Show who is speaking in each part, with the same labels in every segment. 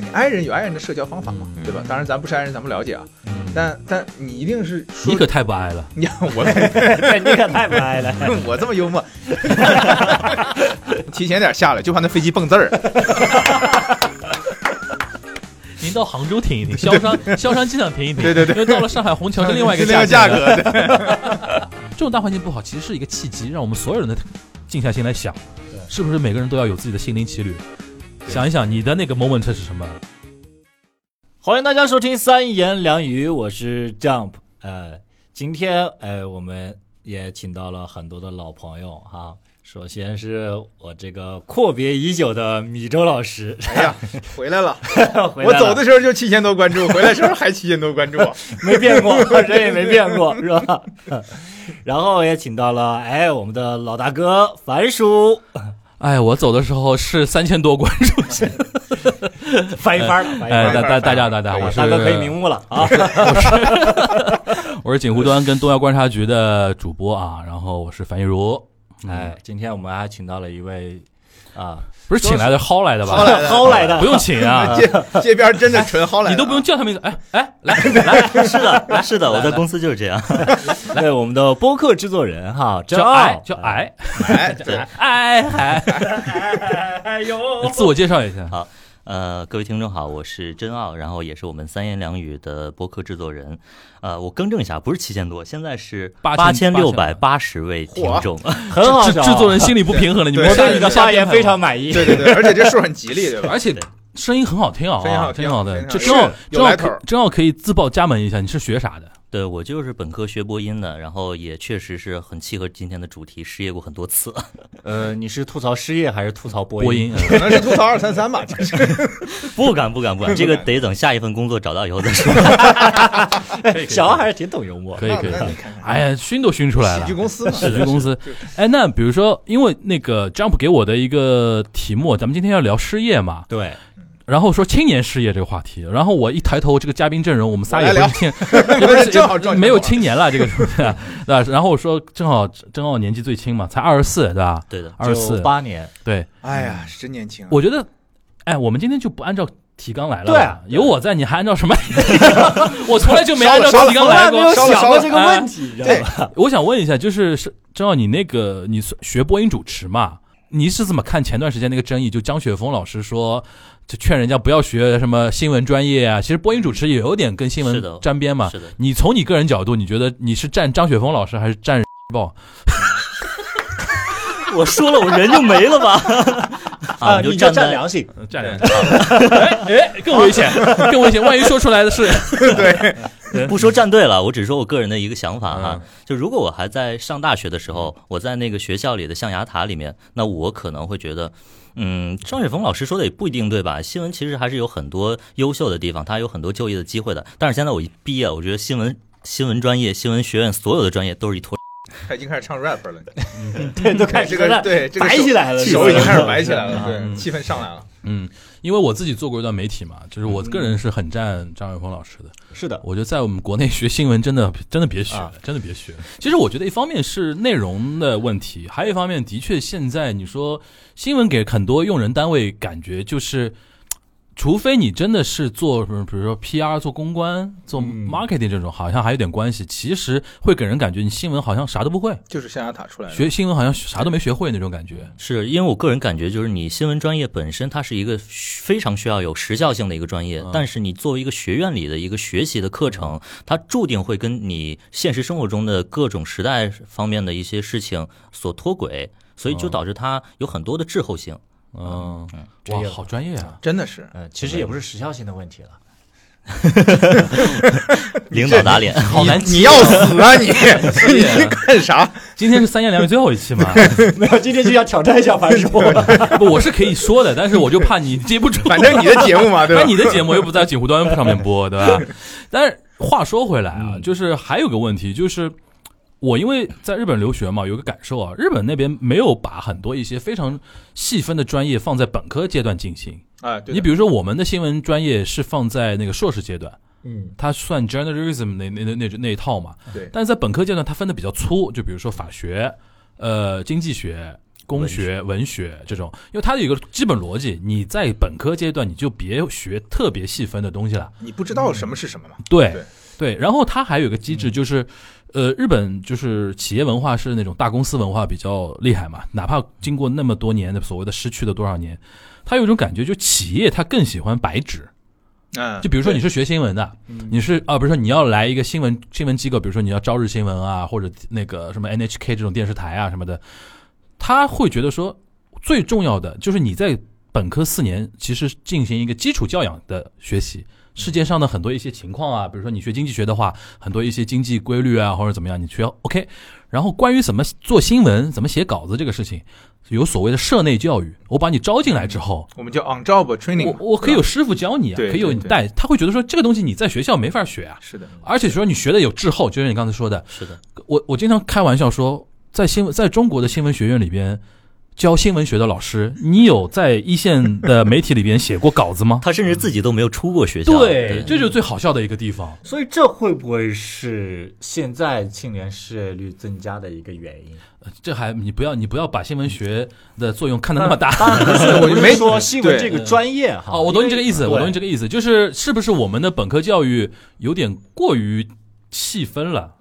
Speaker 1: 你爱人有爱人的社交方法嘛，
Speaker 2: 嗯
Speaker 1: 对吧？当然咱不是爱人，咱不了解啊。但但你一定是说
Speaker 2: 你可太不爱了，
Speaker 1: 你 我
Speaker 3: 对你可太不爱了。
Speaker 1: 我这么幽默， 提前点下来，就怕那飞机蹦字 儿。
Speaker 2: 您到杭州停一停，萧山萧山机场停一停，
Speaker 1: 对对对
Speaker 2: 因为到了上海虹桥是另外一个
Speaker 1: 是另外
Speaker 2: 价
Speaker 1: 价。格 的。
Speaker 2: 这种大环境不好，其实是一个契机，让我们所有人都静下心来想，是不是每个人都要有自己的心灵奇旅？想一想你的那个 moment 是什么？
Speaker 3: 欢迎大家收听三言两语，我是 Jump。呃，今天呃，我们也请到了很多的老朋友哈、首先是我这个阔别已久的米周老师，
Speaker 1: 哎呀，回来了！
Speaker 3: 回来
Speaker 1: 我
Speaker 3: 了
Speaker 1: 走的时候就七千多关注，回来时候还七千多 关注。
Speaker 3: 没变过， 人也没变过，是吧？ 然后也请到了哎，我们的老大哥樊叔，
Speaker 2: 哎，我走的时候是三千多关注，
Speaker 3: 翻一番了，翻一
Speaker 2: 哎，
Speaker 3: 番
Speaker 2: 大
Speaker 3: 了。
Speaker 2: 大大家大家，我是
Speaker 3: 大哥可以瞑目了啊！
Speaker 2: 我是锦湖端跟东亚观察局的主播啊，然后我是樊一茹，
Speaker 3: 哎，今天我们还请到了一位啊，
Speaker 2: 不是请来的，薅来的吧？
Speaker 1: 来的
Speaker 3: 薅来的，
Speaker 2: 哎不用请啊，
Speaker 1: 这这边真的纯薅来，
Speaker 2: 你都不用。叫他名字，哎哎，来来，
Speaker 4: 是的，是的，我在公司就是这样。
Speaker 3: 对我们的播客制作人哈，
Speaker 2: 叫矮
Speaker 3: 傲，
Speaker 2: 叫矮
Speaker 1: 哎，对，
Speaker 2: 矮矮，
Speaker 3: 哎呦，
Speaker 2: 自我介绍一下，
Speaker 4: 呃，各位听众好，我是真奥，然后也是我们三言两语的播客制作人。呃，我更正一下，不是七千多，现在是
Speaker 2: 八千
Speaker 4: 八千六百八十位听众。
Speaker 3: 很好
Speaker 2: 制
Speaker 3: 找
Speaker 2: 制作人心里不平衡了，你们
Speaker 3: 我
Speaker 2: 下
Speaker 3: 对你的发言非常满意。
Speaker 1: 对对对，而且这数很吉利， 对吧？
Speaker 2: 而且
Speaker 4: 对
Speaker 2: 声音很好听啊，
Speaker 1: 声音好听
Speaker 2: 挺好的
Speaker 1: 非。常
Speaker 2: 这正好
Speaker 1: 是有
Speaker 2: 正好
Speaker 1: 来头
Speaker 2: 可
Speaker 1: 儿
Speaker 2: 正好可以自报家门一下，你是学啥的？
Speaker 4: 对我就是本科学播音的，然后也确实是很契合今天的主题，失业过很多次。
Speaker 3: 呃，你是吐槽失业还是吐槽播
Speaker 2: 播音？嗯
Speaker 1: 可能是吐槽二三三吧，这是
Speaker 4: 不敢，不敢，不敢，这个得等下一份工作找到以后再说。
Speaker 3: 小奥还是挺懂幽默的
Speaker 2: 呃 可。以可以
Speaker 1: 那。你看看
Speaker 2: 哎呀，熏都熏出来
Speaker 1: 喜
Speaker 2: 了
Speaker 1: 剧。公司嘛，
Speaker 2: 喜剧公司
Speaker 1: 是是，
Speaker 2: 哎，那比如说，因为那个 Jump 给我的一个题目，咱们今天要聊失业嘛，
Speaker 3: 对，
Speaker 2: 然后说青年失业这个话题，然后我一抬头，这个嘉宾阵容，我们仨
Speaker 1: 我
Speaker 2: 也
Speaker 1: 来
Speaker 2: 不是
Speaker 1: 聊
Speaker 2: 青，
Speaker 1: 我
Speaker 2: 也不是
Speaker 1: 正好撞
Speaker 2: 没有
Speaker 1: 清
Speaker 2: 青年了，这个是不 是？对吧？然后我说，正好正好年纪最轻嘛，才二十四，对吧？
Speaker 4: 对的，
Speaker 2: 二十四，
Speaker 3: 八年，
Speaker 2: 对，
Speaker 1: 哎呀，是真年轻啊。
Speaker 2: 我觉得，哎，我们今天就不按照提纲来了吧。
Speaker 3: 对啊
Speaker 2: 有我在，你还按照什么？ 我从来就没按照
Speaker 1: 少了
Speaker 2: 提纲
Speaker 3: 从
Speaker 2: 来
Speaker 3: 来没有
Speaker 2: 过。
Speaker 3: 想过这个问题，你知道
Speaker 1: 对
Speaker 3: 吗？，
Speaker 2: 我想问一下，就是是正好你那个你学播音主持嘛？你是怎么看前段时间那个争议？就江雪峰老师说，就劝人家不要学什么新闻专业啊。其实播音主持也有点跟新
Speaker 4: 是
Speaker 2: 闻
Speaker 4: 的
Speaker 2: 沾边 嘛。
Speaker 4: 是的。
Speaker 2: 你从你个人角度，你觉得你是站张雪峰老师还是站报？
Speaker 4: 我说了，我人就没了吧？ 啊，我
Speaker 3: 你
Speaker 4: 站
Speaker 3: 占
Speaker 4: 在
Speaker 3: 良心，
Speaker 2: 站两 哎哎，更危险， 更危险！万一说出来 的是
Speaker 4: 不说站队了，我只说我个人的一个想法哈。就如果我还在上大学的时候，我在那个学校里的象牙塔里面，那我可能会觉得，嗯，张雪峰老师说的也不一定对吧？新闻其实还是有很多优秀的地方，它有很多就业的机会的。但是现在我一毕业，我觉得新闻新闻专业、新闻学院所有的专业都是一坨。
Speaker 1: 他已经开始唱 rap 了，
Speaker 3: 对，都开始
Speaker 1: 这个
Speaker 3: 在
Speaker 1: 对这个
Speaker 3: 摆
Speaker 1: 手
Speaker 3: 起来了，
Speaker 1: 手已经开始摆起来
Speaker 3: 啊
Speaker 1: 了，
Speaker 2: 嗯
Speaker 1: 对，气氛上来了。
Speaker 2: 嗯，因为我自己做过一段媒体嘛，就是我个人是很站张远峰老师的。
Speaker 3: 是的，
Speaker 2: 我觉得在我们国内学新闻真的真的别学
Speaker 3: 啊，
Speaker 2: 真的别学。其实我觉得一方面是内容的问题，还有一方面的确现在你说新闻给很多用人单位感觉就是。除非你真的是做什么，比如说 PR、做公关、做
Speaker 3: 嗯
Speaker 2: marketing 这种，好像还有点关系。其实会给人感觉你新闻好像啥都不会，
Speaker 1: 就是象牙塔出来的，
Speaker 2: 学新闻好像啥都没学会那种感觉。
Speaker 4: 是因为我个人感觉，就是你新闻专业本身，它是一个需非常需要有时效性的一个专业
Speaker 2: 嗯，
Speaker 4: 但是你作为一个学院里的一个学习的课程，它注定会跟你现实生活中的各种时代方面的一些事情所脱轨，所以就
Speaker 2: 嗯
Speaker 4: 导致它有很多的滞后性。
Speaker 2: 嗯，
Speaker 3: 专业
Speaker 2: 哇，
Speaker 3: 了
Speaker 2: 好专业啊！
Speaker 1: 真的是
Speaker 3: 呃，其实也不是时效性的问题了，
Speaker 4: 领导打脸，
Speaker 2: 好难
Speaker 1: 你要死啊你！你干啥？
Speaker 2: 今天是三言两语最后一期嘛？
Speaker 3: 没有，今天就要挑战一下樊叔，
Speaker 2: 不，我是可以说的，但是我就怕你接不住。
Speaker 1: 反正你的节目嘛，对吧
Speaker 2: 但？哎你的节目又不在锦湖端上面 播，对吧？但是话说回来
Speaker 1: 嗯
Speaker 2: 啊，就是还有个问题，就是我因为在日本留学嘛，有个感受啊，日本那边没有把很多一些非常细分的专业放在本科阶段进行。
Speaker 1: 啊，对的，
Speaker 2: 你比如说，我们的新闻专业是放在那个硕士阶段，
Speaker 3: 嗯，
Speaker 2: 它算 journalism 那那那那那一套嘛。
Speaker 1: 对
Speaker 2: 但是在本科阶段，它分的比较粗，就比如说法学、呃经济学、工学、文学这种，因为它有一个基本逻辑，你在本科阶段你就别学特别细分的东西了。
Speaker 1: 你不知道什么是什么嘛？
Speaker 2: 对嗯
Speaker 1: 对
Speaker 2: 对，然后它还有一个机制就是，呃，日本就是企业文化是那种大公司文化比较厉害嘛，哪怕经过那么多年的所谓的失去的多少年，它有一种感觉，就企业它更喜欢白纸。
Speaker 1: 嗯，
Speaker 2: 就比如说你
Speaker 1: 对
Speaker 2: 是学新闻的，你是啊，比如说你要来一个新闻新闻机构，比如说你要朝日新闻啊，或者那个什么 NHK 这种电视台啊什么的，他会觉得说，最重要的就是你在本科四年其实进行一个基础教养的学习。世界上的很多一些情况啊，比如说你学经济学的话，很多一些经济规律啊，或者怎么样，你学 OK。然后关于怎么做新闻、怎么写稿子这个事情，有所谓的社内教育。我把你招进来之后，
Speaker 1: 我们叫 on job training，
Speaker 2: 我
Speaker 1: 嘛
Speaker 2: 我可以有师傅教你啊，
Speaker 1: 对
Speaker 2: 可以有你
Speaker 1: 对对
Speaker 2: 带，他会觉得说这个东西你在学校没法学啊，
Speaker 1: 是的，
Speaker 2: 而且说你学的有滞后，就像你刚才说的，
Speaker 4: 是的，？
Speaker 2: 我我经常开玩笑说，在新闻在中国的新闻学院里边教新闻学的老师，你有在一线的媒体里边写过稿子吗
Speaker 4: 他甚至自己都没有出过学校。
Speaker 2: 对，这就是最好笑的一个地方。
Speaker 3: 所以这会不会是现在青年失业率增加的一个原因？
Speaker 2: 这还你不要你不要把新闻学的作用看得那么 大。
Speaker 3: 当然不是，我
Speaker 1: 我
Speaker 3: 就
Speaker 1: 没
Speaker 3: 没说新闻这个专业哈。
Speaker 2: 哦，我懂你这个意思，
Speaker 3: 对
Speaker 2: 我懂你这个意思，就是是不是我们的本科教育有点过于细分了，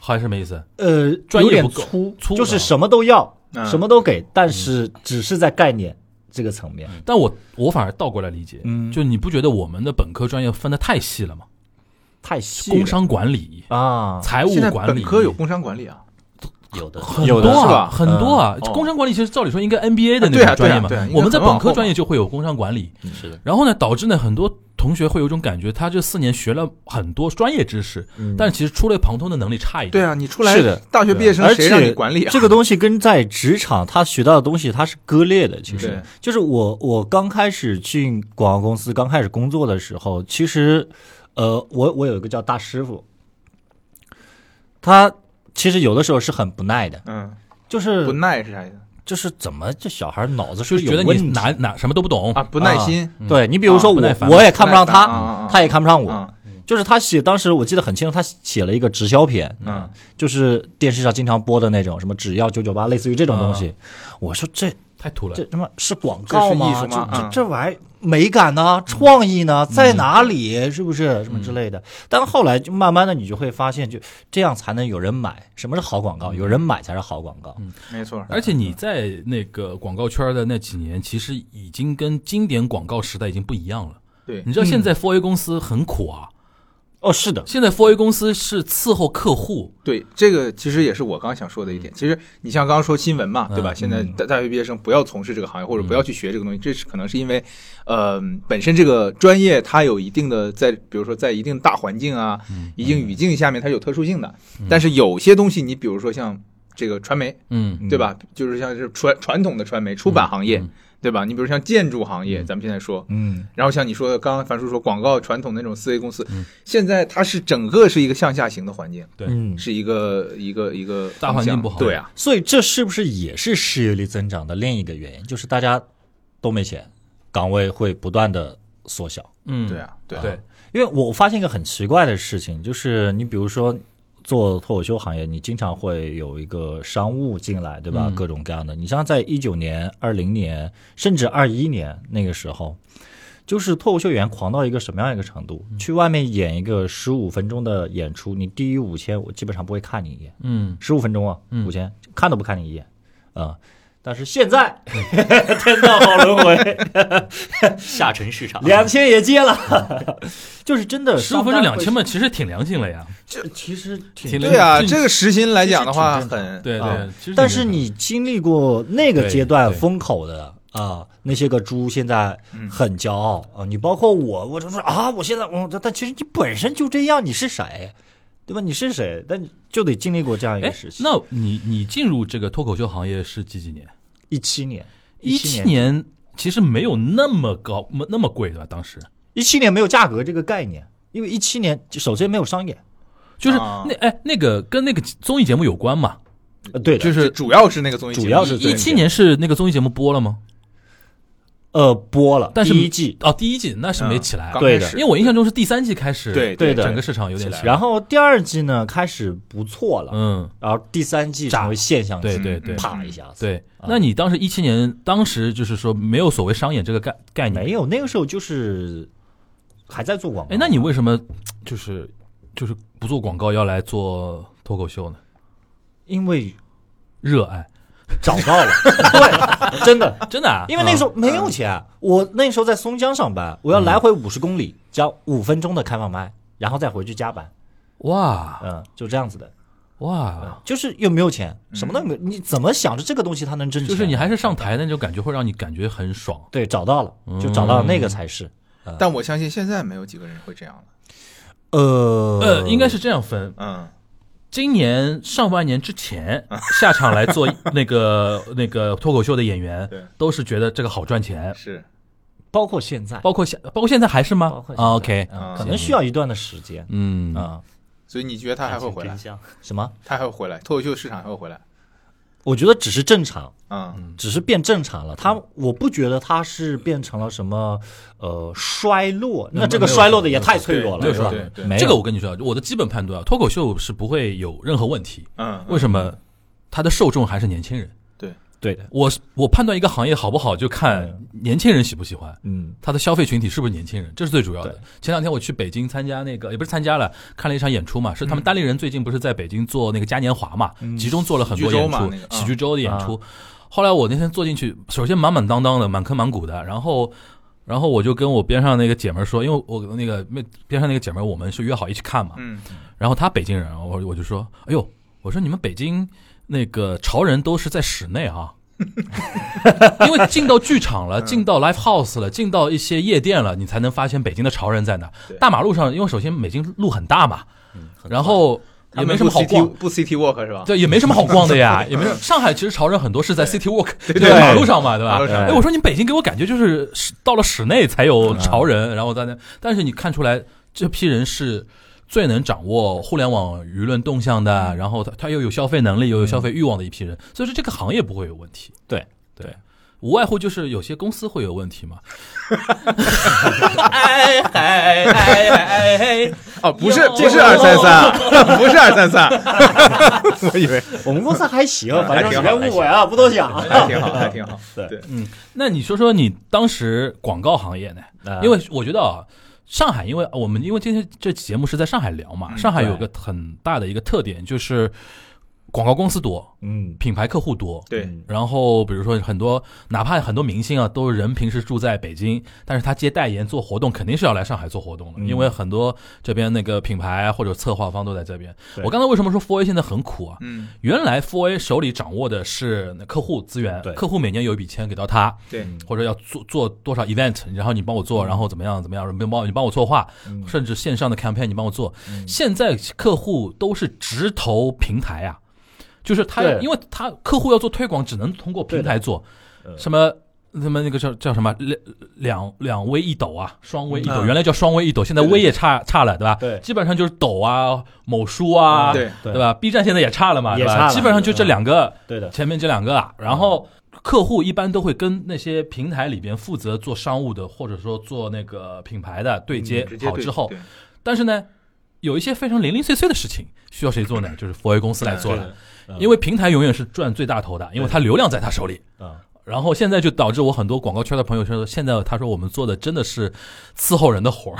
Speaker 2: 还是什么意思？
Speaker 3: 呃，
Speaker 2: 专业
Speaker 3: 有点
Speaker 2: 不够
Speaker 3: 粗，
Speaker 2: 粗
Speaker 3: 就是
Speaker 2: 啊
Speaker 3: 什么都要，
Speaker 1: 嗯
Speaker 3: 什么都给，但是只是在概念这个层面。
Speaker 2: 但我我反而倒过来理解，
Speaker 3: 嗯
Speaker 2: 就你不觉得我们的本科专业分的太细了吗？
Speaker 3: 太细了
Speaker 2: 工商管理、
Speaker 3: 啊，
Speaker 2: 财务
Speaker 1: 现在
Speaker 2: 管
Speaker 1: 本
Speaker 2: 理，
Speaker 1: 科有工商管理啊，
Speaker 4: 有的
Speaker 2: 很
Speaker 3: 有
Speaker 2: 多
Speaker 3: 的
Speaker 1: 是
Speaker 2: 啊，
Speaker 1: 吧
Speaker 2: 很多啊。
Speaker 1: 嗯
Speaker 2: 工商管理其实照理说应该 NBA 的
Speaker 1: 啊
Speaker 2: 那
Speaker 1: 对啊
Speaker 2: 种专业嘛
Speaker 1: 对啊对啊，应该
Speaker 2: 我们在本
Speaker 1: 很往
Speaker 2: 科
Speaker 1: 后
Speaker 2: 专业就会有工商管理。
Speaker 4: 是的，
Speaker 2: 然后呢，导致呢很多同学会有一种感觉，他这四年学了很多专业知识，但其实触类旁通的能力差一
Speaker 1: 嗯对
Speaker 2: 点。
Speaker 1: 啊，你出来
Speaker 3: 是的
Speaker 1: 大学毕业生
Speaker 3: 而
Speaker 1: 谁让你
Speaker 3: 且
Speaker 1: 管理啊？
Speaker 3: 这个东西跟在职场他学到的东西它是割裂的，其
Speaker 1: 对
Speaker 3: 实就是我我刚开始进广告公司刚开始工作的时候，其实呃，我我有一个叫大师傅，他其实有的时候是很不耐的，
Speaker 1: 嗯，
Speaker 3: 就是
Speaker 1: 不耐是啥意思
Speaker 3: 就是怎么这小孩脑子
Speaker 2: 就是觉
Speaker 3: 有
Speaker 2: 得
Speaker 3: 问
Speaker 2: 你
Speaker 3: 题
Speaker 2: 哪哪什么都不懂
Speaker 1: 啊？，不耐心
Speaker 3: 啊对你比如说
Speaker 1: 啊
Speaker 2: 不
Speaker 3: 我、
Speaker 2: 耐烦
Speaker 3: 我也看不上他，
Speaker 1: 不耐烦啊啊啊
Speaker 3: 他也看不上我，
Speaker 1: 啊，
Speaker 3: 就是他写当时我记得很清楚，他写了一个直销篇，
Speaker 1: 嗯，
Speaker 3: 就是电视上经常播的那种什么只要九九八，类似于这种东西。我说这
Speaker 2: 太土了
Speaker 3: 这。他妈是广
Speaker 1: 啊这
Speaker 3: 告
Speaker 1: 是
Speaker 3: 吗？
Speaker 1: 艺术吗
Speaker 3: 这
Speaker 1: 嗯
Speaker 3: 这这玩意儿美感呢、创意呢，在哪里？是
Speaker 1: 嗯
Speaker 3: 不是什么之类的？但后来就慢慢的，你就会发现，就这样才能有人买。什么是好
Speaker 1: 嗯
Speaker 3: 广告？有人买才是好广告。
Speaker 1: 没错，
Speaker 2: 而且你在那个广告圈的那几年，其实已经跟经典广告时代已经不一样了。
Speaker 1: 对
Speaker 2: 你，知道现在 4A 公司很苦啊，
Speaker 3: 哦，是的，
Speaker 2: 现在 4A 公司是伺候客户，
Speaker 1: 对，这个其实也是我刚想说的一点。其实你像刚刚说新闻嘛，对吧？现在大大学毕业生不要从事这个行业，或者不要去学这个东西，这是可能是因为，呃，本身这个专业它有一定的在，比如说在一定大环境啊、一定语境下面，它是有特殊性的。但是有些东西，你比如说像这个传媒，
Speaker 2: 嗯，
Speaker 1: 对吧？就是像是传传统的传媒、出版行业，对吧？你比如像建筑行业，咱们现在说，
Speaker 3: 嗯，
Speaker 1: 然后像你说的，刚刚樊叔说广告传统那种思维公司，现在它是整个是一个向下行的环境，
Speaker 2: 对
Speaker 3: 嗯，
Speaker 1: 是一个一个一个
Speaker 2: 大环境不好
Speaker 1: 方向对啊，
Speaker 3: 所以这是不是也是失业率增长的另一个原因？就是大家都没钱，岗位会不断的缩小。
Speaker 2: 嗯，
Speaker 1: 对啊，对啊
Speaker 2: 对，
Speaker 3: 因为我发现一个很奇怪的事情，就是你比如说做脱口秀行业，你经常会有一个商务进来，对吧？各种各样的。你像在一九年、二零年，甚至二一年那个时候，就是脱口秀演员狂到一个什么样一个程度？去外面演一个十五分钟的演出，你低于五千，我基本上不会看你一眼。
Speaker 2: 嗯，
Speaker 3: 十五分钟啊，五千、看都不看你一眼啊、但是现在， 天道好轮回，
Speaker 4: 下沉市场。
Speaker 3: 两千也接了， 就是真的
Speaker 2: 十五分钟两千
Speaker 3: 嘛，
Speaker 2: 嘛，其实挺良心了呀，
Speaker 3: 这其实
Speaker 2: 挺
Speaker 3: 挺
Speaker 2: 对
Speaker 1: 对啊，
Speaker 2: 这
Speaker 1: 这个时薪来讲的话
Speaker 3: 其实挺
Speaker 1: 很
Speaker 2: 对
Speaker 3: 啊
Speaker 2: 对，其实
Speaker 3: 但是你经历过那个阶段
Speaker 2: 对对嗯
Speaker 3: 风口的啊，那些个猪现在很骄傲、啊。你包括我，我就说啊，我现在我，但其实你本身就这样，你是谁，对吧？你是谁？但你就得经历过这样一
Speaker 2: 哎
Speaker 3: 个时，期。
Speaker 2: 那你你进入这个脱口秀行业是几几年？
Speaker 3: 一七年，
Speaker 2: 一
Speaker 3: 七
Speaker 2: 七，年其实没有那么高，那那么贵对吧？当时
Speaker 3: 一七年没有价格这个概念，因为一七年首先没有商业，
Speaker 2: 就是
Speaker 1: 啊
Speaker 2: 那哎那个跟那个综艺节目有关嘛，
Speaker 3: 呃，对的，
Speaker 1: 就是主要是那个综艺节目，
Speaker 3: 主要是
Speaker 1: 对
Speaker 2: 一七年是那个综艺节目播了吗？
Speaker 3: 呃播了，
Speaker 2: 但是
Speaker 3: 第一季。
Speaker 2: 哦，第一季那是没起
Speaker 1: 嗯
Speaker 2: 来，
Speaker 1: 刚
Speaker 3: 对
Speaker 1: 开
Speaker 3: 的
Speaker 1: 始
Speaker 2: 因为我印象中是第三季开始，
Speaker 1: 对
Speaker 3: 对的
Speaker 2: 整个市场有点起来，
Speaker 3: 然后第二季呢开始不错了，
Speaker 2: 嗯，
Speaker 3: 然后第三季成为现象
Speaker 2: 对
Speaker 3: 级，
Speaker 2: 对对
Speaker 3: 啪一下子。
Speaker 2: 对。那你当时一七年，当时就是说没有所谓商演这个概概念，
Speaker 3: 没有，那个时候就是还在做广告。
Speaker 2: 哎，那你为什么就是就是不做广告，要来做脱口秀呢？
Speaker 3: 因为
Speaker 2: 热爱，
Speaker 3: 找到了，对， 真的，
Speaker 2: 真的、啊，
Speaker 3: 因为那个时候没有钱，我那时候在松江上班，我要来回五十公里，加五分钟的开放麦，然后再回去加班，
Speaker 2: 哇
Speaker 3: 嗯，就这样子的，
Speaker 2: 哇，
Speaker 3: 就是又没有钱，什么都没有，你怎么想着这个东西它能挣钱？啊
Speaker 2: 就是你还是上台那种感觉，会让你感觉很爽。
Speaker 3: 对找到了，就找到那个才是，
Speaker 1: 但我相信现在没有几个人会这样了。
Speaker 3: 呃
Speaker 2: 呃，应该是这样分，
Speaker 1: 嗯，
Speaker 2: 今年上半年之 前下场来做那个那个脱口秀的演员
Speaker 1: 对，
Speaker 2: 都是觉得这个好赚钱，
Speaker 1: 是，
Speaker 3: 包括现在，
Speaker 2: 包括现包括现在还是
Speaker 3: 包
Speaker 2: 吗
Speaker 3: 括现在
Speaker 2: 啊？OK，
Speaker 3: 嗯可能需要一段的时间，
Speaker 2: 嗯
Speaker 3: 啊，
Speaker 1: 所以你觉得他还会回来
Speaker 4: 真？香
Speaker 3: 什么？
Speaker 1: 他还会回来？脱口秀市场还会回来？
Speaker 3: 我觉得只是正常，
Speaker 1: 嗯，
Speaker 3: 只是变正常了。它，我不觉得它是变成了什么呃衰落，那这个衰落的也太脆弱
Speaker 1: 对
Speaker 3: 了，是吧
Speaker 1: 对对？
Speaker 3: 没有
Speaker 2: 这个我跟你说，啊我的基本判断，脱口秀是不会有任何问题。
Speaker 1: 嗯，
Speaker 2: 为什么？他的受众还是年轻人。
Speaker 1: 对，
Speaker 3: 对的，
Speaker 2: 我我判断一个行业好不好，就看年轻人喜不喜欢，
Speaker 3: 嗯，
Speaker 2: 他的消费群体是不是年轻人，这是最主要的
Speaker 3: 对。
Speaker 2: 前两天我去北京参加那个，也不是参加了，看了一场演出
Speaker 1: 嗯
Speaker 2: 嘛，是他们单立人最近不是在北京做那个嘉年华嘛，集中做了很多演
Speaker 1: 喜剧周
Speaker 2: 出
Speaker 1: 嘛那，个嗯啊
Speaker 2: 喜剧周的演出。后来我那天坐进去，首先满满当当的，满坑满谷的，然后。然后我就跟我边上那个姐们儿说，因为我那个那边上那个姐们儿，我们是约好一起看嘛。
Speaker 1: 嗯，
Speaker 2: 然后她北京人，我我就说，哎呦，我说你们北京那个潮人都是在室内啊， 因为进到剧场
Speaker 1: 嗯
Speaker 2: 了，进到 live house 了，进到一些夜店了，你才能发现北京的潮人在哪
Speaker 1: 对。嗯
Speaker 2: 大马路上，因为首先北京路很大嘛，
Speaker 4: 很
Speaker 2: 然后
Speaker 1: 他
Speaker 2: 也
Speaker 1: 们
Speaker 2: 没什么
Speaker 1: 啊不
Speaker 2: 好
Speaker 1: CT
Speaker 2: 逛。
Speaker 1: 不 CT walk 是吧？
Speaker 2: 对，也没什么好逛的呀，也没什么。上海其实潮人很多是在 City Walk，就
Speaker 1: 对
Speaker 2: 在马路上嘛，对吧
Speaker 1: 马路？上
Speaker 2: 哎，我说你北京给我感觉就是室到了室内才有潮人，然后在那，但是你看出来这批人是最能掌握互联网舆论动向的，然后他他又有消费能力，又有消费欲望的一批人，所以说这个行业不会有问题。
Speaker 3: 对
Speaker 2: 对，无外乎就是有些公司会有问题嘛，
Speaker 4: 哎哎哎哎哎！
Speaker 1: 哦，不是不是二三 三，不是二三三，我以为
Speaker 3: 我们公司还行，反正
Speaker 1: 还挺
Speaker 3: 别
Speaker 1: 好
Speaker 3: 误会啊，不多想。
Speaker 1: 还挺好，还挺好。
Speaker 3: 对
Speaker 1: 对，
Speaker 2: 嗯， 那你说说你当时广告行业呢？
Speaker 3: 嗯
Speaker 2: 因为我觉得啊，上海，因为呃我们因为今天这期节目是在上海聊嘛，
Speaker 1: 嗯
Speaker 2: 上海有个很大的一个特点就是广告公司多，
Speaker 3: 嗯，
Speaker 2: 品牌客户多。
Speaker 1: 对
Speaker 3: 嗯
Speaker 2: 然后比如说很多，哪怕很多明星啊，都人平时住在北京，但是他接代言做活动，肯定是要来上海做活动的，因为很多这边那个品牌或者策划方都在这边。
Speaker 3: 对
Speaker 2: 我刚才为什么说 Four A 现在很苦啊？
Speaker 1: 嗯，
Speaker 2: 原来 Four A 手里掌握的是客户资源
Speaker 3: 对，
Speaker 2: 客户每年有一笔钱给到他，
Speaker 1: 对，
Speaker 2: 或者要做做多少 event，然后你帮我
Speaker 3: 嗯
Speaker 2: 做，然后怎么样怎么样，你帮我你帮我策划，甚至线上的 campaign 你帮我做。
Speaker 3: 嗯
Speaker 2: 现在客户都是直投平台啊，就是他
Speaker 3: 对
Speaker 2: 因为他客户要做推广，只能通过平台做，
Speaker 3: 嗯
Speaker 2: 什么。什么那个叫叫什么两两两微一抖啊，双微一抖，
Speaker 1: 嗯
Speaker 2: 原来叫双微一抖，现在微也差差了，对吧？
Speaker 3: 对
Speaker 2: 基本上就是抖啊、某书啊，
Speaker 1: 对
Speaker 2: 对吧？B 站现在也差了嘛，
Speaker 3: 也
Speaker 2: 对
Speaker 3: 差
Speaker 2: 吧？
Speaker 3: 了
Speaker 2: 基本上就这两个，
Speaker 3: 对的，
Speaker 2: 前面这两个啊，然后客户一般都会跟那些平台里边负责做商务的，或者说做那个品牌的对接
Speaker 1: 嗯直接
Speaker 2: 好
Speaker 1: 对
Speaker 2: 之后
Speaker 1: 对，
Speaker 2: 但是呢，有一些非常零零碎碎的事情需要谁做呢？就是佛爷公司来做
Speaker 1: 对
Speaker 2: 了
Speaker 1: 的，
Speaker 2: 因为平台永远是赚最大头的，因为它流量在他手里。
Speaker 3: 嗯，
Speaker 2: 然后现在就导致我很多广告圈的朋友圈说，现在他说我们做的真的是伺候人的活儿，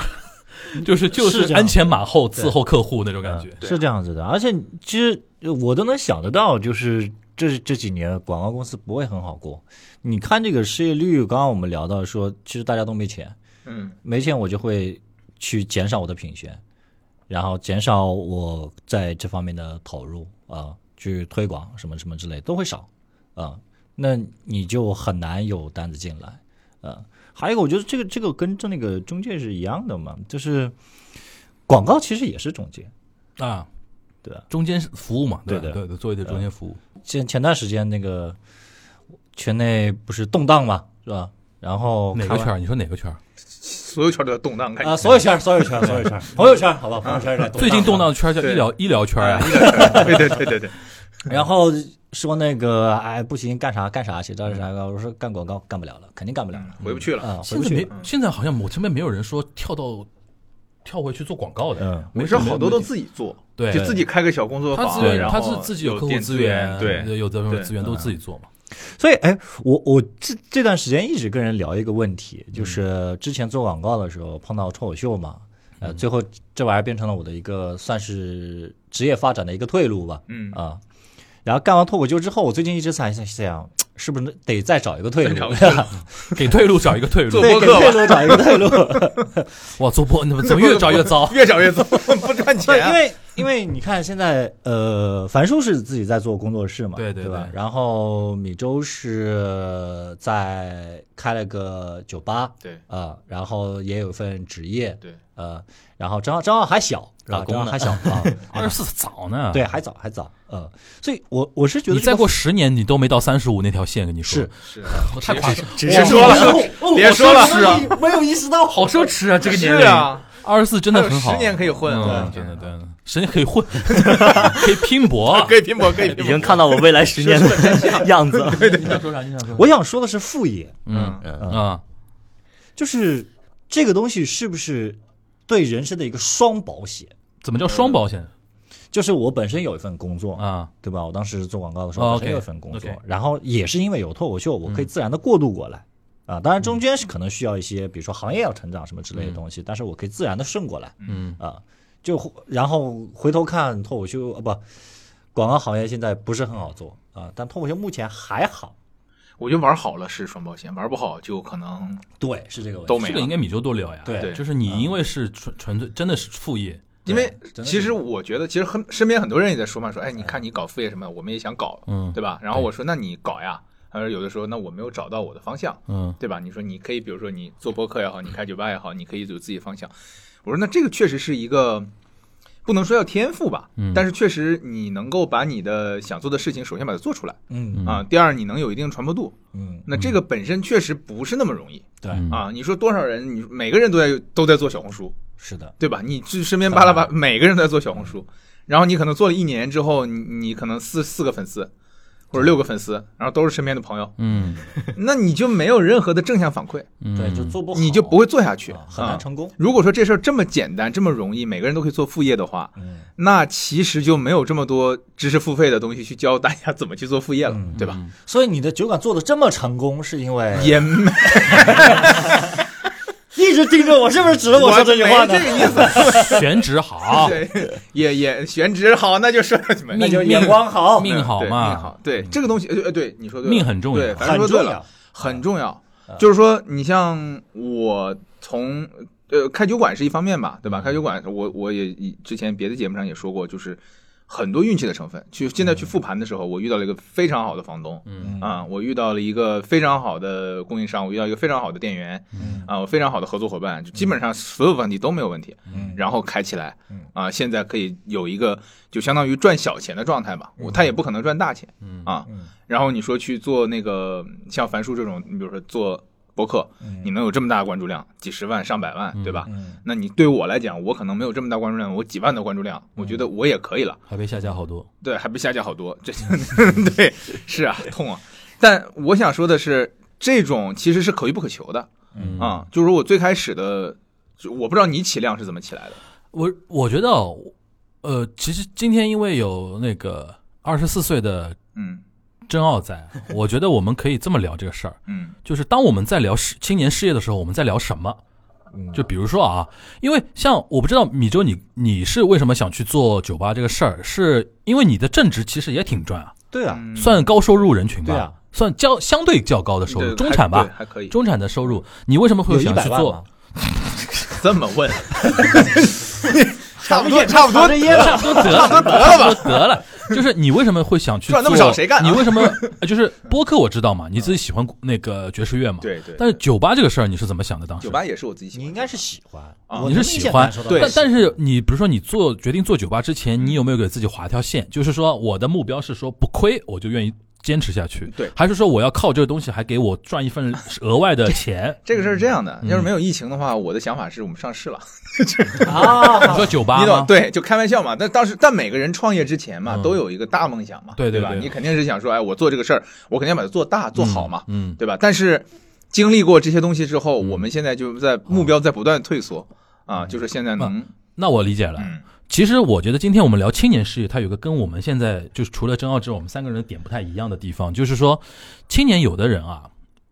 Speaker 2: 就是就是
Speaker 3: 这
Speaker 2: 是
Speaker 3: 样
Speaker 2: 鞍前马后伺候客户那种感觉。
Speaker 1: 对
Speaker 3: 是这样子的。而且其实我都能想得到，就是这这几年广告公司不会很好过。你看这个失业率，刚刚我们聊到说，其实大家都没钱，
Speaker 1: 嗯，
Speaker 3: 没钱我就会去减少我的品宣，然后减少我在这方面的投入啊、去推广什么什么之类都会少啊、那你就很难有单子进来啊、还有一个，我觉得这个这个跟这那个中介是一样的嘛，就是广告其实也是中介，
Speaker 2: 啊，
Speaker 3: 对吧？
Speaker 2: 中间服务嘛，吧
Speaker 3: 对的
Speaker 2: 对对，做一点中间服务。
Speaker 3: 前前段时间那个圈内不是动荡嘛，是吧？然后
Speaker 2: 哪
Speaker 3: 开
Speaker 2: 个
Speaker 3: 完
Speaker 2: 圈儿？你说哪个圈儿？
Speaker 1: 所有圈都在动荡，感觉
Speaker 3: 啊？所有圈儿，所有圈儿，所有圈儿，朋友圈儿，好吧，朋友圈儿在
Speaker 2: 哎最近动
Speaker 3: 荡
Speaker 2: 荡的圈儿叫啊
Speaker 1: 对
Speaker 2: 医疗医疗圈儿
Speaker 1: 哎
Speaker 2: 呀，
Speaker 1: 一个圈儿对对对对对，
Speaker 3: 然后说那个哎不行，干啥干啥去，干啥干啊啥。我说干广告干不了了，肯定干不了
Speaker 2: 嗯
Speaker 3: 了。
Speaker 1: 回不去了。
Speaker 3: 啊，回
Speaker 2: 现
Speaker 3: 不
Speaker 2: 在
Speaker 3: 去
Speaker 2: 没
Speaker 3: 了。，
Speaker 2: 现在好像我身边没有人说跳到跳回去做广告的，
Speaker 3: 嗯
Speaker 1: 没事，
Speaker 2: 没
Speaker 1: 好多都
Speaker 2: 没
Speaker 1: 自己做，
Speaker 2: 对
Speaker 1: 就自己开个小工作
Speaker 2: 他
Speaker 1: 坊，
Speaker 2: 自己
Speaker 1: 然
Speaker 2: 他
Speaker 1: 后
Speaker 2: 是自己有客户
Speaker 1: 店
Speaker 2: 资源，
Speaker 1: 对，
Speaker 2: 有的时候
Speaker 1: 对
Speaker 2: 资源都自己做嘛。
Speaker 3: 所以，哎，我我这这段时间一直跟人聊一个问题，就是之前做广告的时候碰到脱口秀嘛，呃，最后这玩意儿变成了我的一个算是职业发展的一个退路吧，
Speaker 1: 嗯
Speaker 3: 啊。然后干完脱口秀之后，我最近一直在在想，是不是得再找一个退
Speaker 1: 再找
Speaker 3: 路
Speaker 1: 个退？嗯
Speaker 2: 给退路找一个退路
Speaker 1: 做，
Speaker 3: 对，
Speaker 1: 播
Speaker 3: 给
Speaker 1: 客吧？
Speaker 3: 退路找一个退路。
Speaker 2: 哇，做播怎么怎么越找越 糟
Speaker 1: 越找越糟，不 赚
Speaker 3: 不是
Speaker 1: 钱。
Speaker 3: 因为因为你看现在呃，樊叔是自己在做工作室嘛，
Speaker 2: 对对
Speaker 3: 对吧
Speaker 2: 对？
Speaker 3: 然后米粥是在开了个酒吧，
Speaker 1: 对
Speaker 3: 啊，然后也有一份职业，
Speaker 1: 对，
Speaker 3: 呃，然后张浩张浩还小，是吧
Speaker 4: 打工
Speaker 3: 张浩
Speaker 4: 呢
Speaker 3: 还小啊，
Speaker 2: 二十四早呢，
Speaker 3: 对，，还早还早，呃，所以我我是觉得
Speaker 2: 你
Speaker 3: 这
Speaker 2: 再
Speaker 3: 个
Speaker 2: 过十年，你都没到三十五那条线，跟你说哦
Speaker 3: 是
Speaker 1: 是
Speaker 2: 太夸张，
Speaker 1: 只是说了，别说了，是 啊，
Speaker 3: 没有意识到
Speaker 2: 好奢侈啊！这个
Speaker 1: 是
Speaker 2: 年龄，
Speaker 1: 啊，
Speaker 2: 二十四真的很好，
Speaker 1: 还有十年可以混
Speaker 2: 嗯
Speaker 1: 对
Speaker 2: 真的对，十年可以混， 可以 拼搏
Speaker 1: 啊可。以拼搏，可以拼
Speaker 4: 已
Speaker 1: 搏，
Speaker 4: 经看到我未来十年的样子了。
Speaker 2: 你想说啥？你想说
Speaker 3: 我想说的是副业，
Speaker 2: 嗯
Speaker 4: 嗯，
Speaker 2: 啊，
Speaker 3: 就是这个东西是不是对人生的一个双保险？
Speaker 2: 怎么叫双保险
Speaker 3: 就是我本身有一份工作，
Speaker 2: 啊？
Speaker 3: 对吧？我当时做广告的时
Speaker 2: 哦
Speaker 3: 候，我
Speaker 2: ，OK，
Speaker 3: 还有一份工作
Speaker 2: OK，
Speaker 3: 然后也是因为有脱口秀，我可以自然的过渡过来。啊，当然中间是可能需要一些，比如说行业要成长什么之类的东西，但是我可以自然的顺过来
Speaker 2: 嗯，
Speaker 3: 啊。就然后回头看脱口秀，啊不，广告行业现在不是很好做啊，但脱口秀目前还好。
Speaker 1: 我觉得玩好了是双保险，玩不好就可能
Speaker 3: 对，是这个问
Speaker 1: 都
Speaker 3: 题。
Speaker 1: 没
Speaker 2: 这个应
Speaker 1: 了。
Speaker 2: 该米粥多聊呀。
Speaker 3: 对
Speaker 1: 对嗯
Speaker 2: 就是你因为是纯纯粹真的是副业，
Speaker 1: 因为
Speaker 3: 真的
Speaker 1: 其
Speaker 3: 是
Speaker 1: 实我觉得，其实很身边很多人也在说嘛，说哎，你看你搞副业什么的，我们也想搞，
Speaker 2: 嗯
Speaker 1: 对吧？然后我说那你搞呀，他说有的时候那我没有找到我的方向，
Speaker 2: 嗯，
Speaker 1: 对吧？你说你可以，比如说你做播客也好，你开酒吧也好，你可以有自己的方向。我说那这个确实是一个不能说要天赋吧，
Speaker 2: 嗯
Speaker 1: 但是确实你能够把你的想做的事情，首先把它做出来
Speaker 3: 嗯
Speaker 1: 啊，第二你能有一定的传播度，
Speaker 3: 嗯，
Speaker 1: 那这个本身确实不是那么容易
Speaker 3: 对，
Speaker 2: 嗯
Speaker 1: 啊。你说多少人，你每个人都在都在做小红书，
Speaker 3: 是的，
Speaker 1: 对吧？你这身边巴拉巴，每个人都在做小红书，然后你可能做了一年之后，你你可能四四个粉丝。或者六个粉丝，然后都是身边的朋友，
Speaker 2: 嗯
Speaker 1: 那你就没有任何的正向反馈，
Speaker 2: 嗯，
Speaker 3: 对，就做不好，
Speaker 1: 你就不会做下去，
Speaker 3: 啊很难
Speaker 1: 啊
Speaker 3: 成功。
Speaker 1: 如果说这事儿这么简单，这么容易，每个人都可以做副业的话，
Speaker 3: 嗯，
Speaker 1: 那其实就没有这么多知识付费的东西去教大家怎么去做副业了，
Speaker 3: 嗯
Speaker 1: 对吧？
Speaker 3: 所以你的酒馆做的这么成功，是因为
Speaker 1: 也没
Speaker 3: 一直盯着我，是不是指 着我说这句话呢
Speaker 1: 没？这个意思，
Speaker 2: 选址 好，
Speaker 1: 对，也也选址好，那就说什么
Speaker 2: 命
Speaker 3: 就眼光好嗯
Speaker 2: 命好
Speaker 1: 对
Speaker 2: 嘛，
Speaker 1: 命好，对这个东西，呃，对，你说对了，
Speaker 2: 命很重要嗯
Speaker 1: 对，反正
Speaker 3: 很
Speaker 1: 说对
Speaker 3: 重
Speaker 1: 了
Speaker 3: 要，。嗯
Speaker 1: 很重要。就是说，你像我从呃开酒馆是一方面吧，对
Speaker 2: 嗯
Speaker 1: 吧？开酒馆，我我也以之前别的节目上也说过，就是很多运气的成分。去现在去复盘的时候，我遇到了一个非常好的房东，
Speaker 2: 嗯
Speaker 1: 啊，我遇到了一个非常好的供应商，我遇到一个非常好的店员，
Speaker 3: 嗯
Speaker 1: 啊，我非常好的合作伙伴，就基本
Speaker 2: 嗯
Speaker 1: 上所有问题都没有问题。
Speaker 3: 嗯
Speaker 1: 然后开起来
Speaker 3: 嗯，
Speaker 1: 啊，现在可以有一个就相当于赚小钱的状态吧，我他也不可能赚大钱，
Speaker 2: 嗯
Speaker 1: 啊
Speaker 3: 嗯，
Speaker 1: 然后你说去做那个像樊叔这种，你比如说做博客，
Speaker 2: 嗯
Speaker 1: 你能有这么大的关注量，几十万上百万，对吧？
Speaker 3: 嗯
Speaker 1: 那你对我来讲，我可能没有这么大关注量，我几万的关注量，我
Speaker 2: 嗯
Speaker 1: 觉得我也可以了，
Speaker 2: 还被下架好多，
Speaker 1: 对，还被下架好多，这
Speaker 2: 嗯
Speaker 1: 对是啊，痛啊！但我想说的是，这种其实是可遇不可求的
Speaker 2: 嗯
Speaker 1: 啊、就是我最开始的，就我不知道你起量是怎么起来的，
Speaker 2: 我我觉得哦，呃，其实今天因为有那个二十四岁的
Speaker 1: 嗯
Speaker 2: 真奥在，我觉得我们可以这么聊这个事儿，
Speaker 1: 嗯
Speaker 2: 就是当我们在聊事青年事业的时候，我们在聊什么？
Speaker 3: 嗯
Speaker 2: 就比如说啊，因为像我不知道米粥你你是为什么想去做酒吧这个事儿，是因为你的正职其实也挺赚啊，
Speaker 3: 对啊，
Speaker 1: 嗯
Speaker 2: 算高收入人群吧，
Speaker 3: 对啊
Speaker 2: 算较相对较高的收入，
Speaker 1: 对
Speaker 2: 中产吧
Speaker 1: 还对，还可以。
Speaker 2: 中产的收入，你为什么会
Speaker 3: 有
Speaker 2: 想
Speaker 3: 一
Speaker 2: 去
Speaker 3: 百万
Speaker 2: 做
Speaker 3: 吗？？
Speaker 1: 这么问，差不多，差
Speaker 3: 差
Speaker 1: 不多，
Speaker 3: 这烟了。
Speaker 2: 都得 了，都得了吧，得了。就是你为什么会想去做
Speaker 1: 赚那么少谁干啊
Speaker 2: 你为什么 呃就是播客？我知道嘛，你自己喜欢那个爵士乐嘛。。
Speaker 1: 对对。
Speaker 2: 但是酒吧这个事儿，你是怎么想的？当时
Speaker 1: 酒吧也是我自己喜
Speaker 3: 你
Speaker 1: 欢
Speaker 3: 应
Speaker 1: 的，
Speaker 3: 该是喜欢，
Speaker 1: 啊
Speaker 3: 我
Speaker 2: 你
Speaker 3: 能
Speaker 2: 是
Speaker 3: 明
Speaker 2: 喜
Speaker 3: 显
Speaker 2: 欢
Speaker 3: 感受，到
Speaker 1: 对
Speaker 2: 但
Speaker 3: 喜
Speaker 2: 但是你比如说你做决定做酒吧之前，你有没有给自己划一条线？就是说我的目标是说不亏，我就愿意坚持下去？
Speaker 1: 对？
Speaker 2: 还是说我要靠这个东西还给我赚一份额外的钱
Speaker 1: 这个事儿是这样的，
Speaker 2: 嗯
Speaker 1: 要是没有疫情的话，我的想法是我们上市了，
Speaker 2: 你
Speaker 3: 啊，
Speaker 2: 说酒吧
Speaker 1: 你懂？
Speaker 2: 吗？
Speaker 1: 对，就开玩笑嘛。但当时，但每个人创业之前嘛，
Speaker 2: 嗯
Speaker 1: 都有一个大梦想嘛，
Speaker 2: 对对
Speaker 1: 吧？
Speaker 2: 对
Speaker 1: 你肯定是想说，哎，我做这个事儿，我肯定要把它做大做好嘛，
Speaker 2: 嗯，
Speaker 1: 对吧？但是经历过这些东西之后，我们现在就
Speaker 2: 嗯
Speaker 1: 在目标在不断退缩啊，就是现在能，
Speaker 2: 那我理解了。
Speaker 1: 嗯，
Speaker 2: 其实我觉得今天我们聊青年事业，它有个跟我们现在就是除了申奥之外，我们三个人的点不太一样的地方，就是说，青年有的人啊，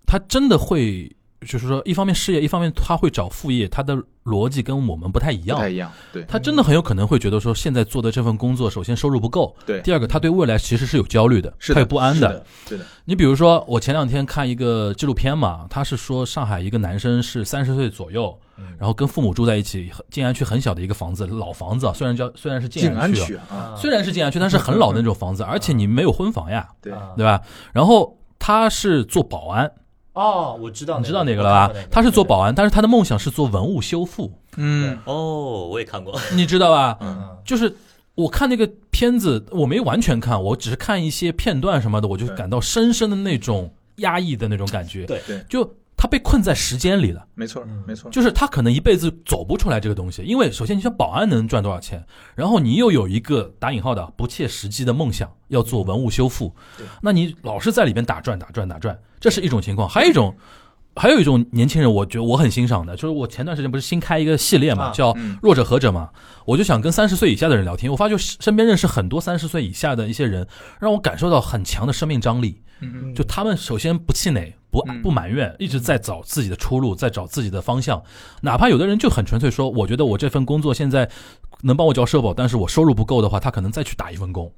Speaker 2: 他真的会，就是说，一方面事业，一方面他会找副业，他的逻辑跟我们不太一
Speaker 1: 不
Speaker 2: 样
Speaker 1: 太。一样，对
Speaker 2: 他真的很有可能会觉得说，现在做的这份工作，首先收入不够，
Speaker 1: 对
Speaker 2: 第二个他对未来其实是有焦虑的，
Speaker 1: 是的
Speaker 2: 他有不安
Speaker 1: 是
Speaker 2: 的。
Speaker 1: 的，是的，
Speaker 2: 你比如说，我前两天看一个纪录片嘛，他是说上海一个男生是三十岁左右，
Speaker 1: 嗯
Speaker 2: 然后跟父母住在一起，很静安区很小的一个房子，老房子啊，虽然叫虽然是
Speaker 1: 静安
Speaker 2: 安
Speaker 1: 区
Speaker 2: 啊，
Speaker 1: 啊，
Speaker 2: 虽然是静安区，但是很老的那种房子，而且你没有婚房呀，
Speaker 1: 对，
Speaker 2: 对吧？然后他是做保安，
Speaker 3: 哦，我知道，
Speaker 2: 你知道哪个了吧？他是做保安，但是他的梦想是做文物修复，
Speaker 1: 嗯，
Speaker 4: 哦，我也看过，
Speaker 2: 你知道吧？
Speaker 1: 啊
Speaker 3: 安，
Speaker 2: 就是我看那个片子，我没完全看，我只是看一些片段什么的，我就
Speaker 1: 对
Speaker 2: 感到深深的那种压抑的那种感觉。
Speaker 3: 对
Speaker 1: 对
Speaker 2: 就他被困在时间里了，
Speaker 1: 没错，没错，
Speaker 2: 嗯就是他可能一辈子走不出来这个东西。因为首先，你想保安能赚多少钱，然后你又有一个打引号的不切实际的梦想，要做文物修复
Speaker 1: 对，
Speaker 2: 那你老是在里边打转打转打转，这是一种情况。还有一种。还有一种年轻人，我觉得我很欣赏的，就是我前段时间不是新开一个系列嘛，
Speaker 3: 啊
Speaker 2: 叫
Speaker 1: 嗯
Speaker 2: 弱者和者嘛，我就想跟三十岁以下的人聊天，我发觉身边认识很多三十岁以下的一些人，让我感受到很强的生命张力。
Speaker 1: 嗯
Speaker 2: 就他们首先不气馁，不
Speaker 1: 嗯
Speaker 2: 不埋怨，一直在找自己的出路，在找自己的方向。哪怕有的人就很纯粹说，我觉得我这份工作现在能帮我交社保，但是我收入不够的话，他可能再去打一份工，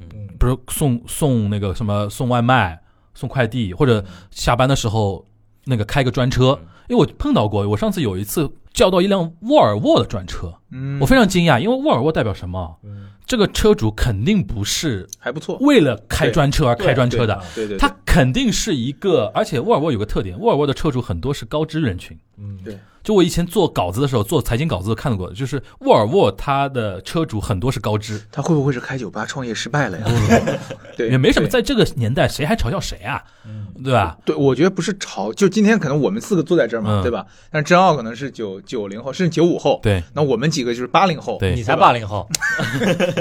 Speaker 3: 嗯
Speaker 2: 比如送送那个什么送外卖、送快递，或者下班的时候那个开个专车。
Speaker 1: 嗯
Speaker 2: 因为我碰到过，我上次有一次叫到一辆沃尔沃的专车，
Speaker 1: 嗯，
Speaker 2: 我非常惊讶，因为沃尔沃代表什么？
Speaker 3: 嗯，
Speaker 2: 这个车主肯定不是
Speaker 1: 还不错，
Speaker 2: 为了开专车而啊
Speaker 3: 对
Speaker 2: 开专车的，
Speaker 1: 对对，对
Speaker 2: 他肯定是一个，而且沃尔沃有个特点，沃尔沃的车主很多是高知人群。
Speaker 3: 嗯
Speaker 1: 对
Speaker 2: 就我以前做稿子的时候，做财经稿子看到过，就是沃尔沃它的车主很多是高知，
Speaker 1: 他会不会是开酒吧创业失败了呀？对，
Speaker 2: 也没什么，
Speaker 1: 对。嗯
Speaker 2: 在这个年代谁还嘲笑谁啊，对吧？
Speaker 1: 对，我觉得不是潮，就今天可能我们四个坐在这儿嘛，
Speaker 2: 嗯
Speaker 1: 对吧？但是真奥可能是九九零后，甚至九五后，
Speaker 2: 对
Speaker 1: 那我们几个就是八零后，
Speaker 2: 对
Speaker 3: 你才八零 后，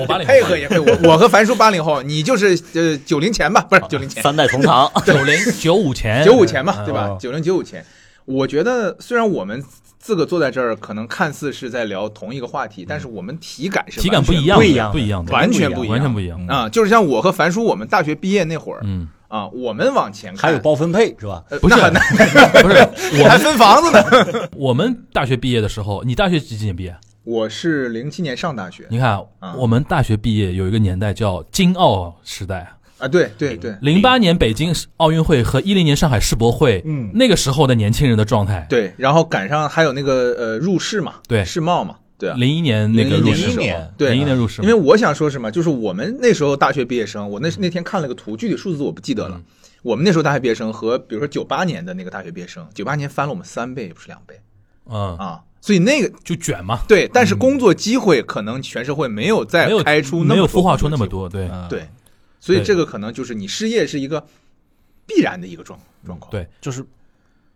Speaker 2: 我把你
Speaker 1: 配合也配，我我和樊叔八零后，你就是呃九零前吧，不是九零前，
Speaker 4: 三代同堂。
Speaker 2: 九零九五前
Speaker 1: 九五前
Speaker 2: 嗯
Speaker 1: 嘛，对吧
Speaker 3: 哦？
Speaker 1: 九零九五前，我觉得虽然我们四个坐在这儿，可能看似是在聊同一个话题，但是我们体感是
Speaker 2: 体感
Speaker 1: 完全
Speaker 2: 一样的，
Speaker 3: 不
Speaker 2: 不
Speaker 3: 一样的
Speaker 2: 一样的，
Speaker 1: 完全不
Speaker 2: 不
Speaker 1: 一样
Speaker 2: 完全不一样。
Speaker 1: 啊，就是像我和樊叔，我们大学毕业那会儿
Speaker 2: 嗯，
Speaker 1: 啊，我们往前看
Speaker 3: 还有包分配是吧？
Speaker 1: 呃
Speaker 2: 不是
Speaker 1: 那 那
Speaker 2: 不是
Speaker 1: 还分房子呢。
Speaker 2: 我们大学毕业的时候，你大学几几年毕业？
Speaker 1: 我是零七年上大学
Speaker 2: 你看
Speaker 1: 嗯
Speaker 2: 我们大学毕业有一个年代叫金澳时代，
Speaker 1: 啊，对对对
Speaker 2: 零八年北京奥运会和一零年上海世博会，
Speaker 3: 嗯
Speaker 2: 那个时候的年轻人的状态，
Speaker 1: 对，然后赶上还有那个呃入世嘛，
Speaker 2: 对
Speaker 1: 世贸嘛，对啊，
Speaker 2: 零一年那个入
Speaker 1: 01的
Speaker 2: 市，
Speaker 1: 时候
Speaker 3: 年
Speaker 1: 对啊
Speaker 2: 零一年入市，嗯
Speaker 1: 因为我想说什么，就是我们那时候大学毕业生，我那那天看了个图，具体数字我不记得了。我们那时候大学毕业生和比如说九八年的那个大学毕业生，九八年翻了我们三倍，也不是两倍
Speaker 2: 嗯，
Speaker 1: 啊。所以那个
Speaker 2: 就卷嘛，
Speaker 1: 对，但是工作机会可能全社会没有再
Speaker 2: 没有
Speaker 1: 开出那么
Speaker 2: 嗯没有
Speaker 1: 多啊
Speaker 2: 孵化出
Speaker 1: 工
Speaker 2: 那
Speaker 1: 作
Speaker 2: 么
Speaker 1: 机
Speaker 2: 多，对
Speaker 1: 会
Speaker 3: 嗯，
Speaker 1: 对，所以
Speaker 2: 对
Speaker 1: 这个可能就是你失业是一个必然的一个状状况。
Speaker 2: 对，
Speaker 3: 就是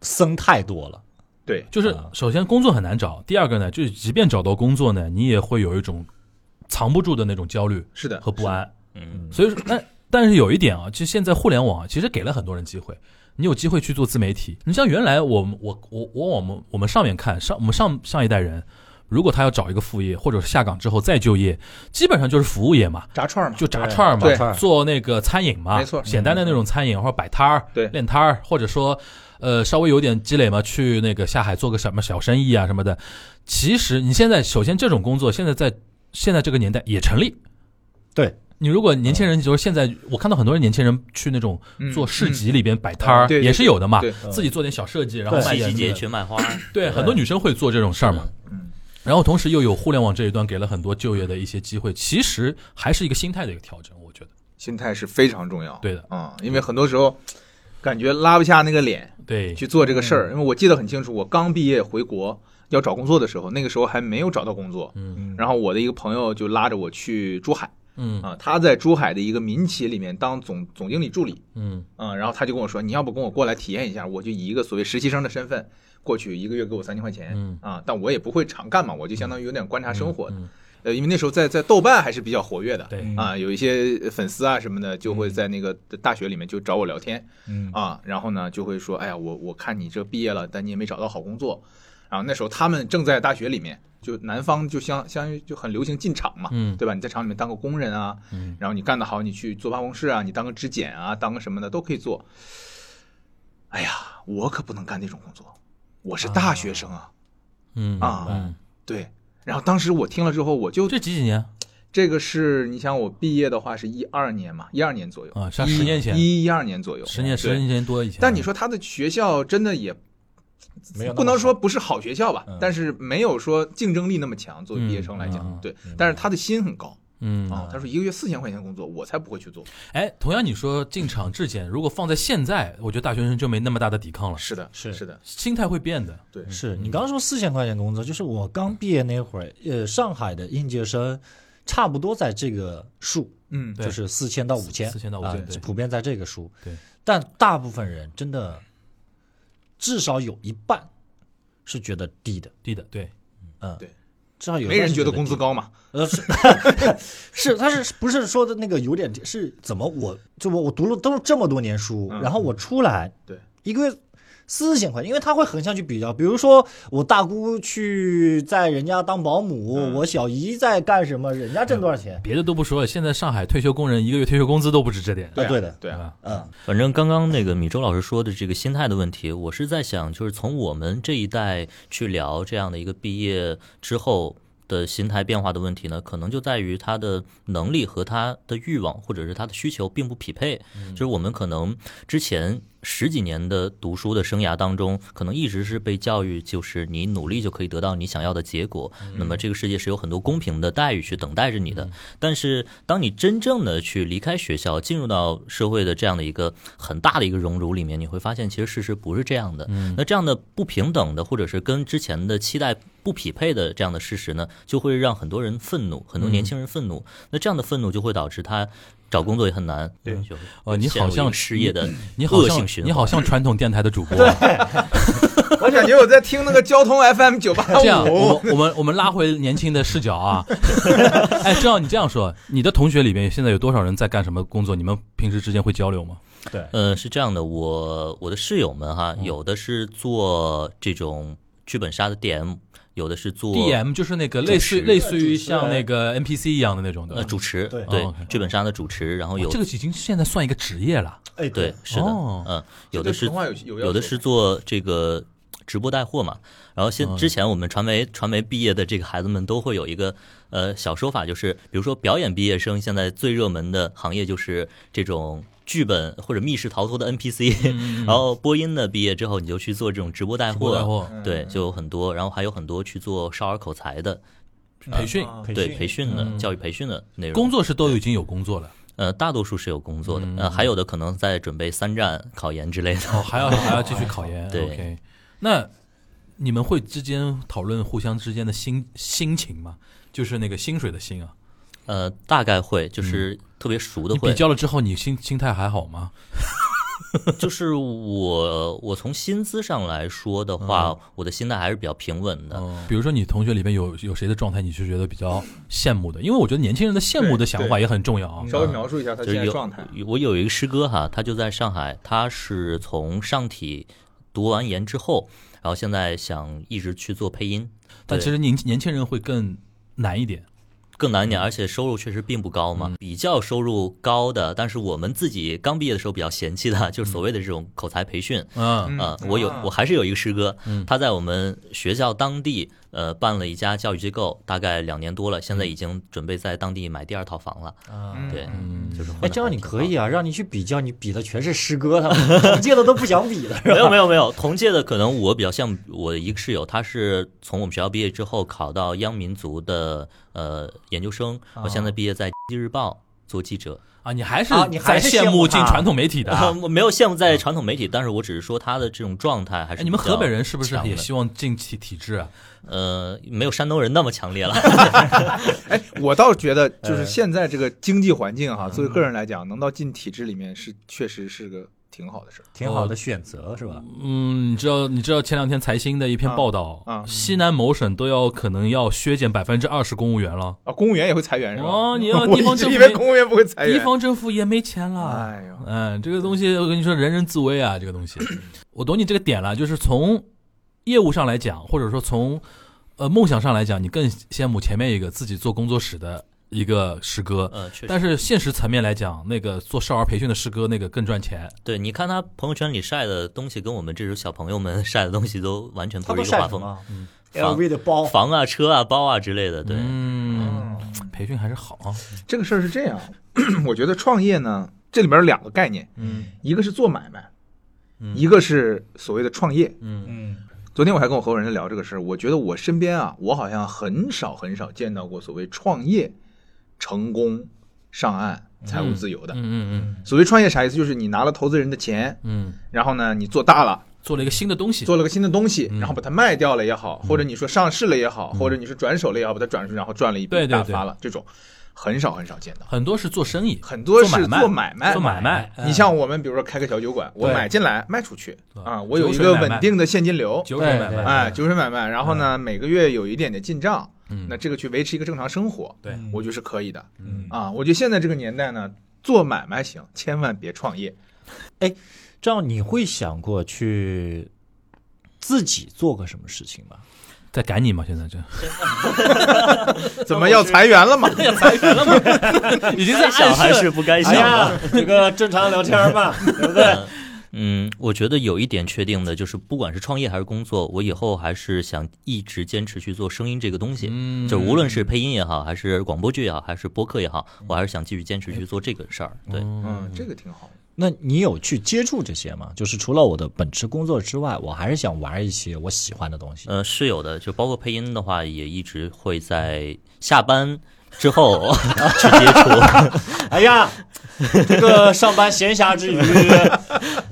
Speaker 3: 僧太多了，
Speaker 1: 对嗯
Speaker 2: 就是首先工作很难找，第二个呢，就是即便找到工作呢，你也会有一种藏不住的那种焦虑
Speaker 1: 是的
Speaker 2: 和不安，
Speaker 4: 嗯，
Speaker 2: 所以说，但但是有一点啊，其实现在互联网啊，其实给了很多人机会。你有机会去做自媒体，你像原来我们我我我我们我们上面看上我们上上一代人，如果他要找一个副业或者是下岗之后再就业，基本上就是服务业嘛，
Speaker 1: 炸串儿嘛，
Speaker 2: 就炸串儿
Speaker 1: 对
Speaker 2: 嘛，做那个餐饮嘛，
Speaker 1: 没错嗯
Speaker 2: 简单的那种餐饮或者摆摊儿、
Speaker 1: 对
Speaker 2: 练摊儿，或者说呃稍微有点积累嘛，去那个下海做个什么小生意啊什么的。其实你现在首先这种工作现在在现在这个年代也成立。
Speaker 3: 对
Speaker 2: 你如果年轻人就是现在，我看到很多年轻人去那种
Speaker 1: 嗯
Speaker 2: 做市集里边摆摊儿，
Speaker 1: 嗯对对
Speaker 2: 也是有的嘛
Speaker 1: 对，
Speaker 2: 自己做点小设计，然后
Speaker 3: 对
Speaker 2: 卖点
Speaker 4: 七夕节
Speaker 2: 那个
Speaker 4: 去卖花，
Speaker 2: 对，很多女生会做这种事儿嘛。
Speaker 1: 嗯
Speaker 2: 然后同时又有互联网这一端给了很多就业的一些机会，其实还是一个心态的一个调整，我觉得。
Speaker 1: 心态是非常重要。
Speaker 2: 对的
Speaker 1: 嗯，因为很多时候感觉拉不下那个脸，
Speaker 2: 对，嗯
Speaker 1: 去做这个事儿，因为我记得很清楚，我刚毕业回国要找工作的时候，那个时候还没有找到工作，
Speaker 2: 嗯
Speaker 1: 然后我的一个朋友就拉着我去珠海，
Speaker 2: 嗯
Speaker 1: 啊，他在珠海的一个民企里面当总总经理助理，
Speaker 2: 嗯
Speaker 1: 嗯，然后他就跟我说，你要不跟我过来体验一下，我就以一个所谓实习生的身份过去，一个月给我三千块钱，
Speaker 2: 嗯
Speaker 1: 啊，但我也不会常干嘛，我就相当于有点观察生活的，
Speaker 2: 嗯嗯
Speaker 1: 呃，因为那时候在在豆瓣还是比较活跃的，
Speaker 2: 对嗯
Speaker 1: 啊，有一些粉丝啊什么的就会在那个大学里面就找我聊天，
Speaker 3: 嗯
Speaker 1: 啊，然后呢就会说，哎呀，我我看你这毕业了，但你也没找到好工作，然后那时候他们正在大学里面，就南方就相相当于就很流行进厂嘛，
Speaker 2: 嗯
Speaker 1: 对吧？你在厂里面当个工人啊，
Speaker 2: 嗯
Speaker 1: 然后你干得好，你去做办公室啊，你当个质检啊，当个什么的都可以做。哎呀，我可不能干那种工作，我是大学生啊，
Speaker 2: 嗯
Speaker 1: 啊
Speaker 2: 嗯
Speaker 1: 对。然后当时我听了之后，我就
Speaker 2: 这几几年
Speaker 1: 这个是你想我毕业的话是一二年嘛，一二年左右
Speaker 2: 啊像10年前
Speaker 1: 一一二年左右，
Speaker 2: 十年
Speaker 1: 对
Speaker 2: 十年前多以前，
Speaker 1: 但你说他的学校真的也
Speaker 3: 没有那么
Speaker 1: 不能说不是好学校吧
Speaker 2: 嗯，
Speaker 1: 但是没有说竞争力那么强。作为毕业生来
Speaker 2: 嗯嗯
Speaker 1: 讲，对，但是他的心很高
Speaker 2: 嗯
Speaker 1: 啊。他说一个月四千块钱工作，我才不会去做。
Speaker 2: 哎，同样你说进厂质检，如果放在现在，我觉得大学生就没那么啊大的嗯抵抗了，
Speaker 1: 是的，
Speaker 3: 是
Speaker 1: 是的，
Speaker 2: 心态会变的。
Speaker 1: 对，
Speaker 3: 是你刚刚说四千块钱工资，就是我刚毕业那会儿，呃，上海的应届生差不多在这个数，
Speaker 1: 嗯，
Speaker 2: 对
Speaker 3: 就是四千到五千，
Speaker 2: 4000到
Speaker 3: 啊
Speaker 2: 5000对
Speaker 3: 普遍在这个数。
Speaker 2: 对，
Speaker 3: 但大部分人真的至少有一半是觉得低的，
Speaker 2: 低的，对，
Speaker 3: 嗯，
Speaker 1: 对，
Speaker 3: 至少有一半
Speaker 1: 没人
Speaker 3: 是
Speaker 1: 觉
Speaker 3: 觉
Speaker 1: 得工资
Speaker 3: 低，
Speaker 1: 高嘛。
Speaker 4: 嗯
Speaker 3: 呃，是是，他是不是说的那个有点低是怎么我就我我读了都这么多年书，
Speaker 1: 嗯
Speaker 3: 然后我出来
Speaker 1: 对，
Speaker 3: 一个月四千块钱，因为他会横向去比较，比如说我大姑去在人家当保姆，
Speaker 1: 嗯
Speaker 3: 我小姨在干什么，人家挣多少钱，
Speaker 2: 别的都不说了，现在上海退休工人一个月退休工资都不止这点，
Speaker 3: 啊对的
Speaker 1: 对啊，
Speaker 2: 吧？
Speaker 3: 嗯，
Speaker 4: 反正刚刚那个米周老师说的这个心态的问题，我是在想，就是从我们这一代去聊这样的一个毕业之后的心态变化的问题呢，可能就在于他的能力和他的欲望或者是他的需求并不匹配。就是我们可能之前十几年的读书的生涯当中，可能一直是被教育，就是你努力就可以得到你想要的结果。那么这个世界是有很多公平的待遇去等待着你的。但是当你真正的去离开学校，进入到社会的这样的一个很大的一个熔炉里面，你会发现其实事实不是这样的。那这样的不平等的，或者是跟之前的期待不匹配的这样的事实呢，就会让很多人愤怒，很多年轻人愤怒。那这样的愤怒就会导致他找工作也很难。嗯对，
Speaker 2: 哦你好像嗯
Speaker 4: 失业的
Speaker 2: 你好
Speaker 4: 恶
Speaker 2: 像
Speaker 4: 性循环。
Speaker 2: 你好像传统电台的主播啊，
Speaker 1: 我感觉我在听那个交通 FM 九八
Speaker 2: 这样，我
Speaker 1: 五。
Speaker 2: 们我们我们拉回年轻的视角啊。哎，正好你这样说，你的同学里面现在有多少人在干什么工作？你们平时之间会交流吗？
Speaker 3: 对，
Speaker 4: 呃，是这样的，我我的室友们哈，
Speaker 2: 嗯
Speaker 4: 有的是做这种剧本杀的 DM，有的是做
Speaker 2: DM 就是那个类似
Speaker 4: 主持
Speaker 2: 类似于
Speaker 3: 主持人
Speaker 2: 像那个 NPC 一样的那种的
Speaker 4: 呃，主持，
Speaker 3: 对
Speaker 2: 哦，OK
Speaker 4: 剧本杀的主持，然后有
Speaker 2: 这个已经现在算一个职业了。
Speaker 3: 哎，
Speaker 4: 对，是的，
Speaker 2: 哦
Speaker 4: 嗯，有的是
Speaker 1: 这对普通话有有要
Speaker 4: 有的
Speaker 1: 求
Speaker 4: 是做这个直播带货嘛。然后
Speaker 2: 嗯
Speaker 4: 现之前我们传媒传媒毕业的这个孩子们都会有一个呃小说法，就是比如说表演毕业生现在最热门的行业就是这种剧本或者密室逃脱的 NPC，、然 后播音的毕业之后你就去做这种直播带
Speaker 2: 直播
Speaker 4: 货，
Speaker 2: 带货
Speaker 1: 嗯
Speaker 4: 对，就有很多，然后还有很多去做少儿口才的，
Speaker 2: 培训，
Speaker 1: 啊
Speaker 4: 对培训的、
Speaker 2: 嗯
Speaker 4: 教育培训的内容。
Speaker 2: 工作是都已经有工作了，
Speaker 4: 呃，大多数是有工作的，
Speaker 2: 嗯
Speaker 4: 呃，还有的可能在准备三战考研之类的。
Speaker 2: 哦，还要还要继续考研。
Speaker 4: 对
Speaker 2: OK，那你们会之间讨论互相之间的心心情吗？就是那个薪水的薪啊，
Speaker 4: 呃，大概会，
Speaker 1: 嗯
Speaker 4: 就是特别熟的
Speaker 2: 你
Speaker 4: 会
Speaker 2: 比，较了之后，你心心态还好吗？
Speaker 4: 就是我我从薪资上来说的话，
Speaker 1: 嗯
Speaker 4: 我的心态还是比较平稳
Speaker 1: 哦
Speaker 4: 的。
Speaker 2: 嗯，比如说你同学里边有有谁的状态，你是觉得比较羡慕的？因为我觉得年轻人的羡慕的想法也很重要啊。
Speaker 1: 稍微描述一下他
Speaker 4: 嗯就
Speaker 1: 现
Speaker 4: 是
Speaker 1: 在
Speaker 4: 有
Speaker 1: 状态。
Speaker 4: 有我有一个师哥哈，他就在上海，他是从上体读完研之后，然后现在想一直去做配音，
Speaker 2: 但其实年年轻人会更难一点。
Speaker 4: 更难
Speaker 1: 嗯
Speaker 4: 一点，而且收入确实并不高嘛，比较收入高的，但是我们自己刚毕业的时候比较嫌弃的，就是所谓的这种口才培训。
Speaker 2: 嗯
Speaker 1: 嗯
Speaker 4: 啊、我有
Speaker 1: 啊
Speaker 4: 我还是有一个师哥，他在我们学校当地呃办了一家教育机构，大概两年多了，现在已经准备在当地买第二套房了。
Speaker 3: 啊。
Speaker 4: 对，
Speaker 2: 嗯，
Speaker 4: 就是
Speaker 3: 哎，
Speaker 4: 混得
Speaker 3: 这样你可以
Speaker 4: 还挺好。
Speaker 3: 啊，让你去比较，你比的全是师哥 他们，同届的都不想比了，是吧嗯
Speaker 4: 没有没有没有，同届的可能我比较像我一个室友，他是从我们学校毕业之后考
Speaker 2: 哦
Speaker 4: 到央民族的呃研究生，我现在毕业在《经济日报》做记者。
Speaker 2: 啊，你还是
Speaker 3: 啊你还
Speaker 2: 在
Speaker 3: 是
Speaker 2: 羡
Speaker 3: 羡慕
Speaker 2: 进
Speaker 3: 他嗯
Speaker 2: 传统媒体的啊。
Speaker 4: 我没有羡慕在传统媒体，但是我只是说他的这种状态还
Speaker 2: 哎
Speaker 4: 是
Speaker 2: 你们
Speaker 4: 比较
Speaker 2: 河北人是不是
Speaker 4: 强
Speaker 2: 也
Speaker 4: 的
Speaker 2: 希望进体体制啊？
Speaker 4: 呃，没有山东人那么强 烈了。
Speaker 1: 哎，我倒觉得
Speaker 2: 哎
Speaker 1: 就是现在这个经济环境哈，
Speaker 2: 嗯
Speaker 1: 作为个人来讲，能到进体制里面是确实是个挺好的事儿。
Speaker 3: 挺好的选择是吧？
Speaker 2: 嗯，你知道，你知道前两天财新的一篇
Speaker 1: 啊
Speaker 2: 报道，
Speaker 1: 啊
Speaker 2: 西南某省都要可能要削减百分之二十公务员了。
Speaker 1: 啊，公务员也会裁员是吧？
Speaker 2: 哦你 要
Speaker 1: 我
Speaker 2: 地方
Speaker 1: 一直
Speaker 2: 政府
Speaker 1: 以为
Speaker 2: 也
Speaker 1: 公务员不会
Speaker 3: 哎
Speaker 1: 裁员。
Speaker 2: 地方政府也没钱了。
Speaker 1: 哎呦，
Speaker 2: 嗯，这个东西我跟你说，人人自危啊，这个东西。我懂你这个点了，就是从业务上来讲，或者说从呃梦想上来讲，你更羡慕前面一个自己做工作室的一个师哥。
Speaker 4: 呃，确实，
Speaker 2: 但是现实层面来讲，那个做少儿培训的师哥那个更赚钱。
Speaker 4: 对，你看他朋友圈里晒的东西，跟我们这种小朋友们 晒的东西都完全
Speaker 3: 他
Speaker 4: 不
Speaker 3: 都
Speaker 4: 是一个
Speaker 3: 晒
Speaker 4: 画
Speaker 3: 什
Speaker 4: 风。
Speaker 3: 么
Speaker 4: 房
Speaker 3: ？LV 的包，
Speaker 4: 房啊、车啊、包啊之类的，对，
Speaker 2: 嗯，培训还是好啊。
Speaker 1: 这个事儿是这样， 我觉得创业呢，这里边有两个概念，
Speaker 2: 嗯
Speaker 1: 一个是做买卖，一个是所谓的创业。
Speaker 2: 嗯
Speaker 3: 嗯，
Speaker 1: 昨天我还跟我合伙人在聊这个事儿，我觉得我身边啊，我好像很少很少见到过所谓创业成功上岸、财务自由的。
Speaker 2: 嗯嗯
Speaker 1: 所谓创业啥意思？就是你拿了投资人的钱，
Speaker 2: 嗯，
Speaker 1: 然后呢，你做大了，
Speaker 2: 做了一个新的东西。
Speaker 1: 做了个新的东西，
Speaker 2: 嗯
Speaker 1: 然后把它卖掉了也好，或者你说上市了也好，或者你说转手了也好，把它转出去，然后赚了一
Speaker 2: 对
Speaker 1: 笔
Speaker 2: 对
Speaker 1: 大
Speaker 2: 对
Speaker 1: 发了，这种很少很少见到，
Speaker 2: 很多是做生意，
Speaker 1: 很多是
Speaker 2: 做
Speaker 1: 做买卖
Speaker 2: 做。买卖。嗯
Speaker 3: 哎
Speaker 1: 你像我们比如说开个小酒馆，我
Speaker 2: 对
Speaker 1: 买进来卖出去
Speaker 2: 对
Speaker 1: 啊，我有一
Speaker 2: 酒水
Speaker 1: 个
Speaker 2: 买卖
Speaker 1: 稳定的现金流，
Speaker 2: 酒水买
Speaker 3: 对对
Speaker 2: 卖，
Speaker 1: 哎，酒水买卖，然后呢每个月有一点点进账，
Speaker 2: 嗯，
Speaker 1: 那这个去维持一个正常生活，
Speaker 2: 对
Speaker 1: 我觉得是可以的
Speaker 3: 嗯
Speaker 1: 啊。我觉得现在这个年代呢，做买卖行，千万别创业。
Speaker 3: 这样你会想过去自己做个什么事情吗？
Speaker 2: 在赶你嘛，现在这
Speaker 1: 怎么要裁员了吗？
Speaker 2: 裁员了嘛，已经在
Speaker 4: 该想还
Speaker 2: 暗示
Speaker 4: 是不该想
Speaker 3: 哎
Speaker 4: 的。
Speaker 3: 呀，这个正常聊天 嘛，对不对？
Speaker 4: 嗯，我觉得有一点确定的就是，不管是创业还是工作，我以后还是想一直坚持去做声音这个东西。
Speaker 2: 嗯
Speaker 4: 就无论是配音也好，还是广播剧也好，还是播客也好，我还是想继续坚持
Speaker 3: 哎
Speaker 4: 去做这个事儿。对，
Speaker 3: 哦
Speaker 1: 嗯，这个挺好。
Speaker 3: 那你有去接触这些吗？就是除了我的本职工作之外，我还是想玩一些我喜欢的东西。
Speaker 4: 呃，是有的，就包括配音的话，也一直会在下班之后 去接触。
Speaker 3: 哎呀，这个上班闲暇之余，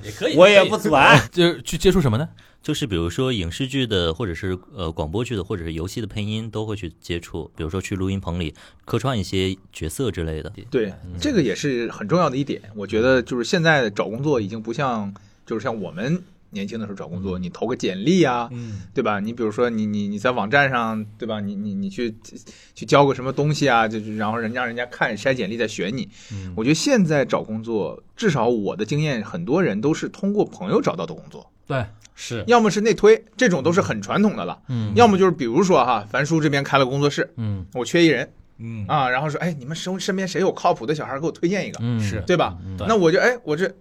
Speaker 4: 也可
Speaker 3: 我 也不啊管。
Speaker 2: 就是去接触什么呢？
Speaker 4: 就是比如说影视剧的，或者是呃广播剧的，或者是游戏的配音，都会去接触。比如说去录音棚里客串一些角色之类的。
Speaker 1: 对，这个也是很重要的一点。我觉得就是现在找工作已经不像，就是像我们年轻的时候找工作，你投个简历啊，
Speaker 3: 嗯，
Speaker 1: 对吧？你比如说你你你在网站上，对吧？你你你去去交个什么东西啊，就是然后人让人家看筛简历再选你。我觉得现在找工作，至少我的经验，很多人都是通过朋友找到的工作，
Speaker 2: 对，
Speaker 3: 是，
Speaker 1: 要么是内推，这种都是很传统的了。
Speaker 2: 嗯
Speaker 1: 要么就是比如说哈，樊叔这边开了工作室，
Speaker 2: 嗯
Speaker 1: 我缺一人
Speaker 3: 嗯
Speaker 1: 啊，然后说，哎，你们身身边谁有靠谱的小孩儿给我推荐一个，
Speaker 2: 嗯
Speaker 3: 是
Speaker 1: 对吧？
Speaker 2: 嗯
Speaker 1: 那我就哎，我这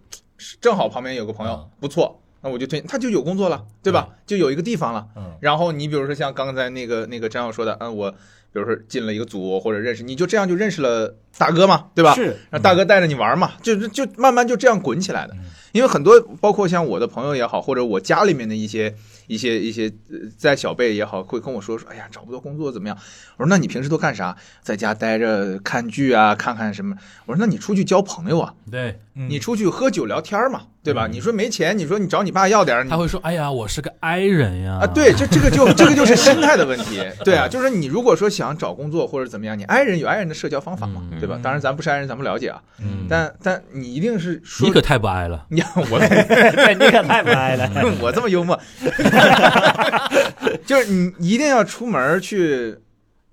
Speaker 1: 正好旁边有个朋友
Speaker 3: 嗯
Speaker 1: 不错，那我就推，他就有工作了，对吧？就有一个地方了。
Speaker 3: 嗯
Speaker 1: 然后你比如说像刚才那个那个张耀说的，嗯，我比如说进了一个组或者认识，你就这样就认识了大哥嘛，对吧？
Speaker 3: 是
Speaker 1: 让大哥带着你玩嘛，就就就慢慢就这样滚起来的。因为很多包括像我的朋友也好，或者我家里面的一些一些一些呃在小辈也好，会跟我说说，哎呀，找不到工作怎么样？我说那你平时都干啥？在家待着看剧啊，看看什么？我说那你出去交朋友啊，
Speaker 2: 对，
Speaker 1: 你出去喝酒聊天嘛，对吧？你说没钱，你说你找你爸要点儿，你
Speaker 2: 他会说：“哎呀，我是个 I 人呀。”
Speaker 1: 啊，对，这这个就这个就是心态的问 题，对啊，就是你如果说想找工作或者怎么样，你 i 人有 i 人的社交方法嘛，对吧？当然咱不是 i 人，咱不了解啊，
Speaker 2: 嗯，
Speaker 1: 但但你一定是说
Speaker 2: 你可太不 I 了。
Speaker 1: 你我
Speaker 3: 你可太不爱了。
Speaker 1: 我这么幽默， 就是你一定要出门去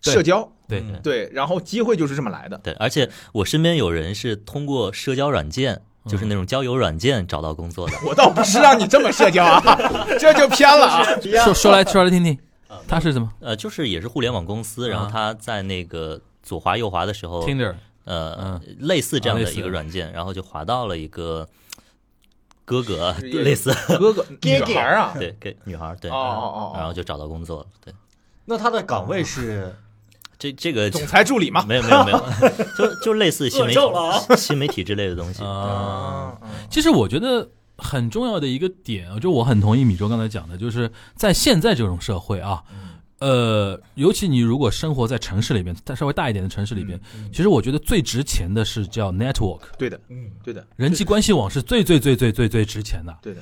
Speaker 1: 社交，
Speaker 2: 对，
Speaker 4: 嗯
Speaker 1: 对，然后机会就是这么来的。
Speaker 4: 对，而且我身边有人是通过社交软件，就是那种交友软件找到工作的。
Speaker 1: 我倒不是让你这么社交啊， 这就偏了啊。
Speaker 2: 说说来说来听听，他是怎么
Speaker 4: 呃，就是也是互联网公司，然后
Speaker 2: 啊
Speaker 4: 他在那个左滑右滑的时候，
Speaker 2: Tinder？
Speaker 4: 呃，类似这
Speaker 2: 啊
Speaker 4: 样
Speaker 2: 类
Speaker 4: 的一
Speaker 2: 似
Speaker 4: 个软件，然后就滑到了一个哥哥，
Speaker 1: 是一个
Speaker 4: 类似
Speaker 1: 哥哥，女孩儿啊，
Speaker 4: 对给女孩，对，
Speaker 1: 哦哦哦
Speaker 4: 然后就找到工作了。对，
Speaker 3: 那他的岗位是
Speaker 4: 这这个
Speaker 1: 总裁助理
Speaker 2: 啊
Speaker 1: 嘛。
Speaker 4: 没有没有 没有，就就类似新媒体
Speaker 3: 恶臭了啊
Speaker 4: 新媒体之类的东西。
Speaker 2: 啊，
Speaker 1: 啊，
Speaker 2: 其实我觉得很重要的一个点，就我很同意米粥刚才讲的，就是在现在这种社会啊，呃，尤其你如果生活在城市里边，在稍微大一点的城市里边，其实我觉得最值钱的是叫 network，
Speaker 1: 对的，嗯，对的，
Speaker 2: 人际关系网是最最最最最最值钱的，
Speaker 1: 对的，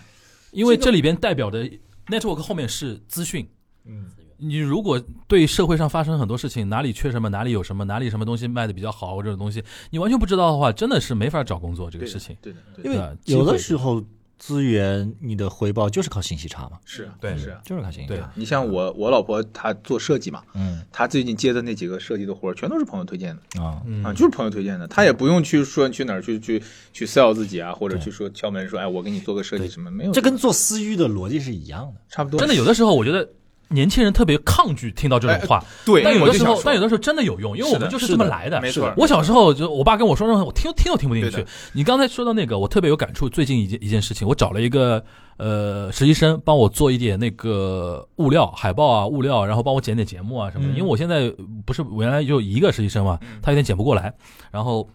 Speaker 2: 因为这里边代表的 network 后面是资讯。
Speaker 1: 嗯，
Speaker 2: 你如果对社会上发生很多事情，哪里缺什么，哪里有什么，哪里什么东西卖的比较好，这种东西你完全不知道的话，真的是没法找工作这
Speaker 1: 对
Speaker 2: 个
Speaker 1: 的
Speaker 2: 事情。
Speaker 1: 对的，对的
Speaker 2: 对
Speaker 3: 因为
Speaker 2: 啊
Speaker 3: 有
Speaker 2: 机
Speaker 3: 的
Speaker 2: 会
Speaker 3: 时候资源你的回报就是靠信息差嘛，
Speaker 1: 是啊
Speaker 2: 对
Speaker 1: 是啊。
Speaker 3: 就是靠信息
Speaker 2: 对
Speaker 3: 差。
Speaker 1: 你像我，我老婆她做设计嘛，
Speaker 3: 嗯
Speaker 1: 她最近接的那几个设计的活儿，全都是朋友推荐的
Speaker 3: 啊，
Speaker 2: 嗯
Speaker 1: 啊，就是朋友推荐的，她也不用去说去哪儿去去去 sell 自己啊，或者去说敲门说，哎，我给你做个设计什么，没有，
Speaker 3: 这跟做私域的逻辑是一样的。
Speaker 1: 差不多，
Speaker 2: 真的有的时候，我觉得年轻人特别抗拒听到这种话，
Speaker 1: 哎对，
Speaker 2: 但有
Speaker 1: 我
Speaker 2: 的
Speaker 1: 就
Speaker 2: 时
Speaker 1: 想
Speaker 2: 候
Speaker 1: 说，
Speaker 2: 但有的时候真的有用，因为我们就是这么来的。
Speaker 1: 没错，
Speaker 2: 我小时候就我爸跟我说任何我听听都听不进
Speaker 1: 对
Speaker 2: 去
Speaker 1: 的。
Speaker 2: 你刚才说到那个，我特别有感触。最近一件一件事情，我找了一个呃实习生帮我做一点那个物料、海报啊、物料，然后帮我剪点节目啊什么的。
Speaker 1: 嗯
Speaker 2: 因为我现在不是原来就一个实习生嘛，他有点剪不过来，然后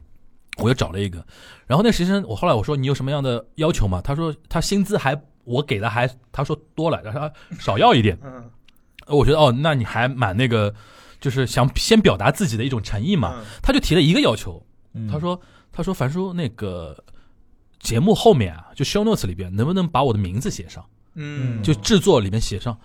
Speaker 2: 我又找了一个。然后那实习生，我后来我说你有什么样的要求吗？他说他薪资还我给的还他说多了，然后他少要一点。
Speaker 1: 嗯，
Speaker 2: 呃我觉得哦，那你还蛮那个，就是想先表达自己的一种诚意嘛。
Speaker 1: 嗯
Speaker 2: 他就提了一个要求，
Speaker 3: 嗯
Speaker 2: 他说他说樊叔那个节目后面啊，就 show notes 里边能不能把我的名字写上，
Speaker 1: 嗯，
Speaker 2: 就制作里面写上。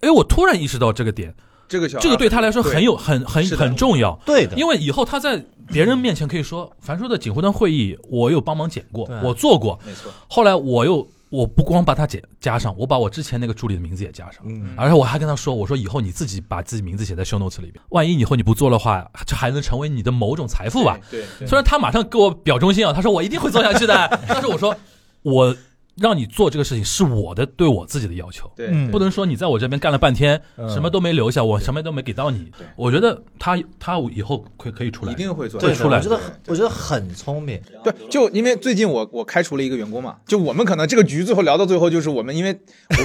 Speaker 2: 哎，我突然意识到这个点，
Speaker 1: 这个小孩
Speaker 2: 这个对他来说很有很很
Speaker 1: 是的
Speaker 2: 很重要。
Speaker 3: 对的，
Speaker 2: 因为以后他在别人面前可以说，樊叔的锦湖端会议我有帮忙剪过
Speaker 3: 对，
Speaker 2: 我做过。
Speaker 1: 没错，
Speaker 2: 后来我又我不光把他剪加上，我把我之前那个助理的名字也加上。
Speaker 3: 嗯
Speaker 2: 而且我还跟他说，我说以后你自己把自己名字写在 show notes 里面，万一以后你不做的话，这还能成为你的某种财富吧。
Speaker 1: 对，对，
Speaker 2: 虽然他马上给我表忠心啊，他说我一定会做下去的， 但是我说我让你做这个事情是我的对我自己的要求，
Speaker 1: 对，
Speaker 3: 嗯
Speaker 1: 对
Speaker 2: 不能说你在我这边干了半天，
Speaker 3: 嗯
Speaker 2: 什么都没留下，我什么都没给到你
Speaker 1: 对。
Speaker 2: 我觉得他他以后可可以出来
Speaker 1: 一，定会做
Speaker 2: 对出来
Speaker 3: 我觉得
Speaker 1: 对
Speaker 3: 很我觉得很聪明。
Speaker 1: 对，就因为最近我我开除了一个员工嘛，就我们可能这个局最后聊到最后就是我们，因为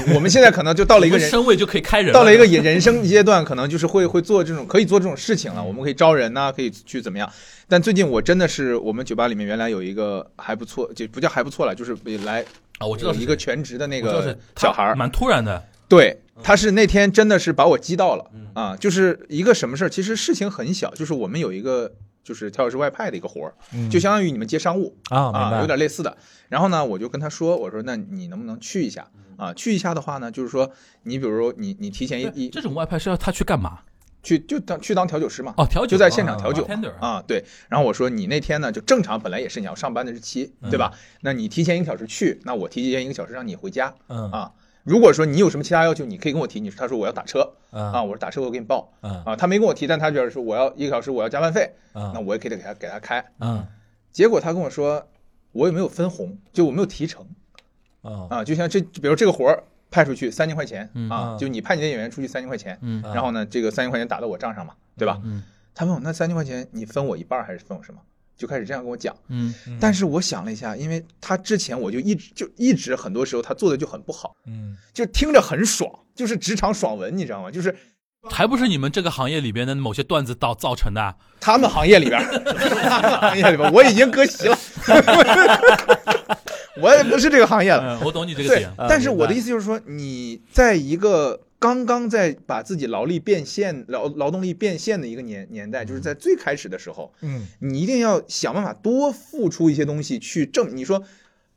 Speaker 1: 我我们现在可能就到了一个
Speaker 2: 我们
Speaker 1: 人
Speaker 2: 身位就可以开人，
Speaker 1: 到了一个人人生阶段，可能就是会会做这种可以做这种事情了，我们可以招人呐、可以去怎么样。但最近我真的是我们酒吧里面原来有一个还不错，就不叫还不错了，就是来
Speaker 2: 啊，我知道是
Speaker 1: 有一个全职的那
Speaker 2: 我知道是
Speaker 1: 个小孩儿
Speaker 2: 他，蛮突然的，
Speaker 1: 对，他是那天真的是把我激到了啊，就是一个什么事儿，其实事情很小，就是我们有一个就是调酒师外派的一个活儿，就相当于你们接商务
Speaker 3: 啊，明
Speaker 1: 啊，
Speaker 3: 白，
Speaker 1: 有点类似的。然后呢，我就跟他说，我说那你能不能去一下啊？去一下的话呢，就是说你比如说你你提前一 一
Speaker 2: 这种外派是要他去干嘛？
Speaker 1: 去就当去当调酒师嘛，
Speaker 2: 哦，调酒
Speaker 1: 就在现场调酒
Speaker 2: 啊，bartender
Speaker 1: 啊，对。然后我说你那天呢，就正常本来也是你要上班的日期，对吧？那你提前一个小时去，那我提前一个小时让你回家
Speaker 3: 嗯
Speaker 1: 啊。如果说你有什么其他要求，你可以跟我提。你说他说我要打车啊，
Speaker 3: 啊
Speaker 1: 我说打车我给你报
Speaker 3: 嗯
Speaker 1: 啊，他没跟我提，但他觉得说我要一个小时我要加班费，那
Speaker 3: 啊
Speaker 1: 我也可以给他给他开。
Speaker 3: 嗯
Speaker 1: 结果他跟我说我也没有分红，就我没有提成
Speaker 3: 嗯
Speaker 1: 啊，就像这比如这个活儿派出去三千块钱啊
Speaker 3: 嗯，
Speaker 1: 就你派你的演员出去三千块钱，
Speaker 2: 嗯
Speaker 1: 然后呢这个三千块钱打到我账上嘛，对吧？
Speaker 2: 嗯
Speaker 1: 他问我那三千块钱你分我一半儿还是分我什么？就开始这样跟我讲。
Speaker 2: 嗯
Speaker 1: 但是我想了一下，因为他之前我就一直就一直很多时候他做的就很不好，
Speaker 3: 嗯
Speaker 1: 就听着很爽，就是职场爽文，你知道吗？就是
Speaker 2: 还不是你们这个行业里边的某些段子导造成的啊，
Speaker 1: 他们行业里边儿， 他们行业里边儿，我已经割席了， 我也不是这个行业了。
Speaker 2: 嗯我懂你这个
Speaker 1: 对
Speaker 2: 点，，
Speaker 3: 啊
Speaker 1: 但是
Speaker 3: 明
Speaker 1: 我的
Speaker 3: 白
Speaker 1: 意思就是说，你在一个刚刚在把自己劳力变现、劳劳动力变现的一个年年代，就是在最开始的时候，
Speaker 3: 嗯
Speaker 1: 你一定要想办法多付出一些东西去挣。你说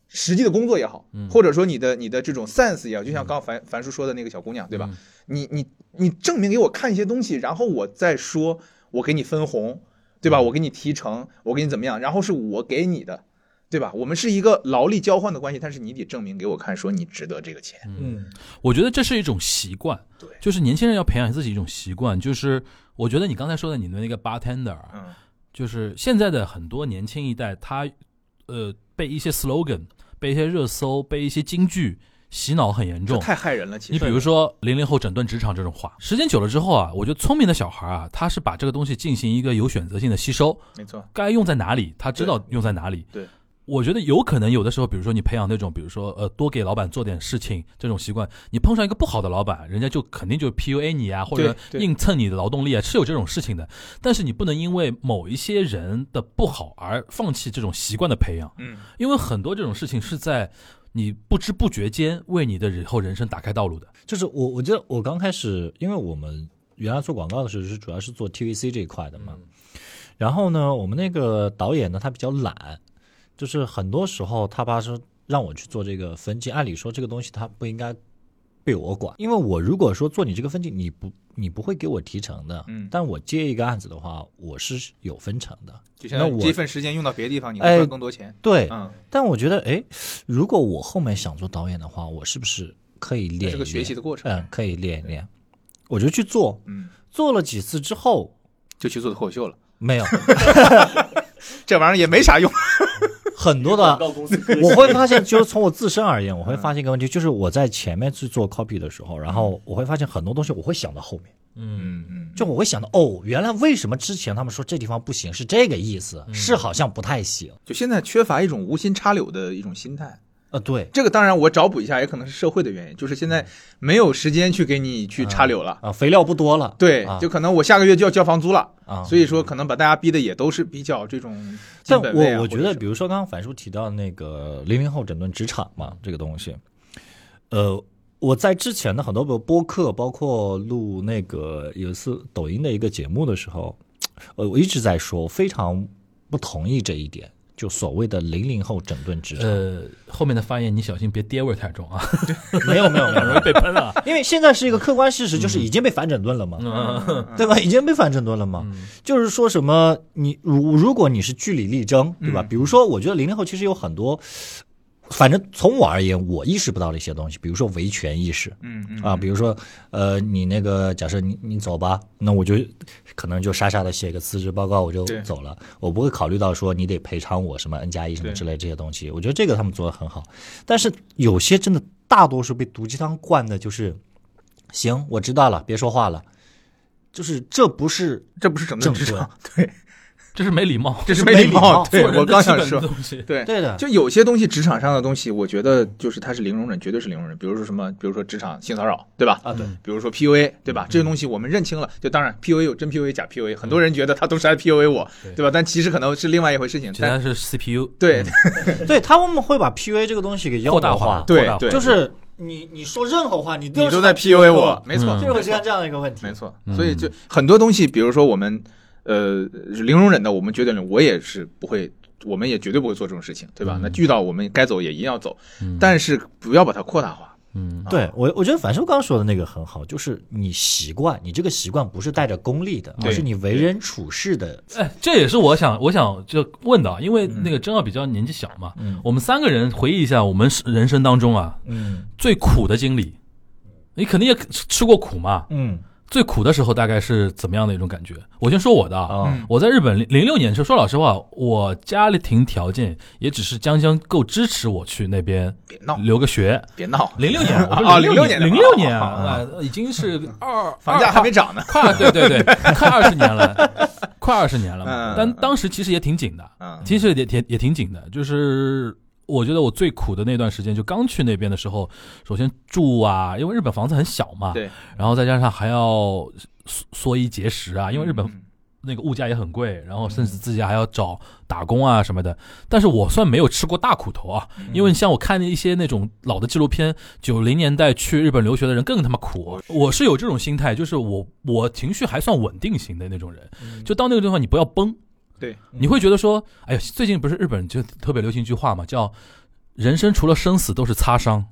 Speaker 1: 实际的工作也好，
Speaker 3: 嗯
Speaker 1: 或者说你的你的这种 sense 也好，就像刚刚樊樊叔说的那个小姑娘，对吧？
Speaker 3: 嗯
Speaker 1: 你你你证明给我看一些东西，然后我再说，我给你分红，对
Speaker 3: 嗯
Speaker 1: 吧？我给你提成，我给你怎么样？然后是我给你的。对吧？我们是一个劳力交换的关系，但是你得证明给我看，说你值得这个钱。
Speaker 3: 嗯
Speaker 2: 我觉得这是一种习惯，
Speaker 1: 对
Speaker 2: 就是年轻人要培养自己一种习惯，就是我觉得你刚才说的你的那个 bartender，啊
Speaker 1: 嗯，
Speaker 2: 就是现在的很多年轻一代，他呃被一些 slogan、被一些热搜、被一些金句洗脑很严
Speaker 1: 这
Speaker 2: 重。
Speaker 1: 太害人了。其实
Speaker 2: 你比如说“零零后整顿职场”这种话，时间久了之后啊，我觉得聪明的小孩啊，他是把这个东西进行一个有选择性的吸收，
Speaker 1: 没错，
Speaker 2: 该用在哪里，他知道用在哪里。
Speaker 1: 对
Speaker 2: 我觉得有可能有的时候，比如说你培养那种，比如说呃，多给老板做点事情这种习惯，你碰上一个不好的老板，人家就肯定就 PUA 你啊，或者
Speaker 1: 对
Speaker 2: 硬蹭你的劳动力啊，是有这种事情的。但是你不能因为某一些人的不好而放弃这种习惯的培养，
Speaker 1: 嗯，
Speaker 2: 因为很多这种事情是在你不知不觉间为你的以后人生打开道路的。
Speaker 3: 就是我我觉得我刚开始，因为我们原来做广告的时候是主要是做 TVC 这一块的嘛。然后呢，我们那个导演呢，他比较懒，就是很多时候他爸说让我去做这个分镜，按理说这个东西他不应该被我管，因为我如果说做你这个分镜，你不你不会给我提成的。
Speaker 1: 嗯
Speaker 3: 但我接一个案子的话，我是有分成的。
Speaker 1: 就相
Speaker 3: 那
Speaker 1: 当于
Speaker 3: 我
Speaker 1: 这份时间用到别的地方，你会
Speaker 3: 哎
Speaker 1: 赚更多钱。
Speaker 3: 对，
Speaker 1: 嗯，
Speaker 3: 但我觉得，哎，如果我后面想做导演的话，我是不是可以练一
Speaker 1: 这
Speaker 3: 练？
Speaker 1: 是个学习的过程。
Speaker 3: 嗯，可以练一练。我就去做，
Speaker 1: 嗯，
Speaker 3: 做了几次之后，
Speaker 1: 就去做脱口秀了，
Speaker 3: 没有
Speaker 1: 这玩意儿也没啥用。
Speaker 3: 很多
Speaker 5: 广
Speaker 3: 的，
Speaker 5: 告公 司科技
Speaker 3: 我会发现，就是从我自身而言，
Speaker 1: 嗯
Speaker 3: 我会发现一个问题，就是我在前面去做 copy 的时候，然后我会发现很多东西我会想到后面，
Speaker 1: 嗯嗯，
Speaker 3: 就我会想到，哦，原来为什么之前他们说这地方不行是这个意思，
Speaker 1: 嗯
Speaker 3: 是好像不太行。
Speaker 1: 就现在缺乏一种无心插柳的一种心态。
Speaker 3: 呃，对，
Speaker 1: 这个当然我找补一下，也可能是社会的原因，就是现在没有时间去给你去插柳了。
Speaker 3: 啊，肥料不多了，
Speaker 1: 对
Speaker 3: 啊，
Speaker 1: 就可能我下个月就要交房租了，
Speaker 3: 啊，
Speaker 1: 所以说可能把大家逼的也都是比较这种金
Speaker 3: 但
Speaker 1: 本位啊。
Speaker 3: 我我觉
Speaker 1: 或
Speaker 3: 得，
Speaker 1: 者
Speaker 3: 比如说刚刚樊叔提到那个零零后整顿职场嘛，这个东西，呃，我在之前的很多播播客，包括录那个有一次抖音的一个节目的时候，呃，我一直在说，我非常不同意这一点，就所谓的零零后整顿职场，
Speaker 2: 呃，后面的发言你小心别爹味儿太重啊，
Speaker 3: 没有没有没有，
Speaker 2: 容易被喷啊。
Speaker 3: 因为现在是一个客观事实，就是已经被反整顿了嘛，
Speaker 1: 嗯
Speaker 3: 对吧？已经被反整顿了嘛，就是说什么你如如果你是据理力争，对
Speaker 1: 嗯
Speaker 3: 吧？比如说，我觉得零零后其实有很多，反正从我而言，我意识不到的一些东西，比如说维权意识。
Speaker 1: 嗯嗯
Speaker 3: 啊，比如说，呃，你那个假设你你走吧，那我就可能就傻傻的写个辞职报告，我就
Speaker 1: 对
Speaker 3: 走了，我不会考虑到说你得赔偿我什么 N 加一什么
Speaker 1: 对
Speaker 3: 之类这些东西。我觉得这个他们做的很好，但是有些真的大多数被毒鸡汤灌的就是，行，我知道了，别说话了，就是这不是
Speaker 1: 这不是整顿
Speaker 3: 整
Speaker 1: 职
Speaker 3: 顿
Speaker 1: 场，对，
Speaker 2: 这是没礼貌，
Speaker 1: 这是
Speaker 3: 没
Speaker 1: 没
Speaker 3: 礼
Speaker 1: 礼
Speaker 3: 貌
Speaker 1: 貌。对
Speaker 2: 做人的
Speaker 1: 我刚
Speaker 2: 基
Speaker 1: 想
Speaker 2: 本
Speaker 1: 说，
Speaker 2: 东西
Speaker 1: 对
Speaker 3: 对的，
Speaker 1: 就有些东西，职场上的东西，我觉得就是它是零容忍，绝对是零容忍。比如说什么，比如说职场性骚扰，对吧？
Speaker 3: 啊对，
Speaker 1: 比如说 PUA，对
Speaker 3: 嗯
Speaker 1: 吧？这些东西我们认清了。就当然 PUA 有真 PUA 假 PUA，很多人觉得他都是在 PUA 我，对吧？但其实可能是另外一回事情。
Speaker 2: 其
Speaker 1: 但
Speaker 2: 他是 CPU。
Speaker 3: 嗯
Speaker 1: 对
Speaker 3: 对他们会把 PUA 这个东西给妖
Speaker 2: 扩大
Speaker 3: 魔
Speaker 2: 化
Speaker 3: 化，
Speaker 1: 对
Speaker 2: 扩大化
Speaker 1: 对
Speaker 3: 就是你你说任何话，你
Speaker 1: 你都
Speaker 3: 是
Speaker 1: 在 PUA 我，，没错，
Speaker 2: 嗯
Speaker 3: 就会出现这样的一个嗯问题，
Speaker 1: 没错。所以就很多东西，比如说我们呃零容忍的，我们绝对零，我也是不会。我们也绝对不会做这种事情，对吧？
Speaker 3: 嗯
Speaker 1: 那遇到我们该走也一定要走，但是不要把它扩大化。
Speaker 2: 嗯，
Speaker 3: 对我，我觉得樊叔刚刚说的那个很好，就是你习惯，你这个习惯不是带着功利的，
Speaker 1: 对
Speaker 3: 而是你为人处事的。
Speaker 2: 哎，这也是我想我想就问的啊，因为那个真奥比较年纪小嘛，我们三个人回忆一下我们人生当中啊
Speaker 3: 嗯
Speaker 2: 最苦的经历，你肯定也吃过苦嘛，
Speaker 3: 嗯
Speaker 2: 最苦的时候大概是怎么样的一种感觉？我先说我的啊，
Speaker 3: 啊
Speaker 1: 嗯
Speaker 2: 我在日本零零六年的时候，说老实话，我家里庭条件也只是将将够支持我去那边
Speaker 1: 别闹，
Speaker 2: 留个学。
Speaker 1: 别闹，
Speaker 2: 零六年，我说
Speaker 1: 啊
Speaker 2: 06
Speaker 1: 06年
Speaker 2: 年，啊零
Speaker 1: 的
Speaker 2: 六年
Speaker 1: 啊啊
Speaker 2: 啊，呃已经是二
Speaker 1: 房价还没涨呢。
Speaker 2: 快快对对对，快二十年了，快二十年了嘛
Speaker 1: 嗯。
Speaker 2: 但当时其实也挺紧的，
Speaker 1: 嗯
Speaker 2: 其实也挺也挺紧的，就是。我觉得我最苦的那段时间，就刚去那边的时候，首先住啊，因为日本房子很小嘛，
Speaker 1: 对，
Speaker 2: 然后再加上还要缩缩衣节食啊，因为日本
Speaker 1: 嗯
Speaker 2: 那个物价也很贵，然后甚至自己还要找打工啊什么的。但是我算没有吃过大苦头啊，
Speaker 1: 嗯
Speaker 2: 因为你像我看一些那种老的纪录片，九零年代去日本留学的人更他妈苦。我是有这种心态，就是我我情绪还算稳定型的那种人，就到那个地方你不要崩，
Speaker 1: 嗯对，
Speaker 2: 你会觉得说，哎呀，最近不是日本就特别流行一句话嘛，叫人生除了生死都是擦伤。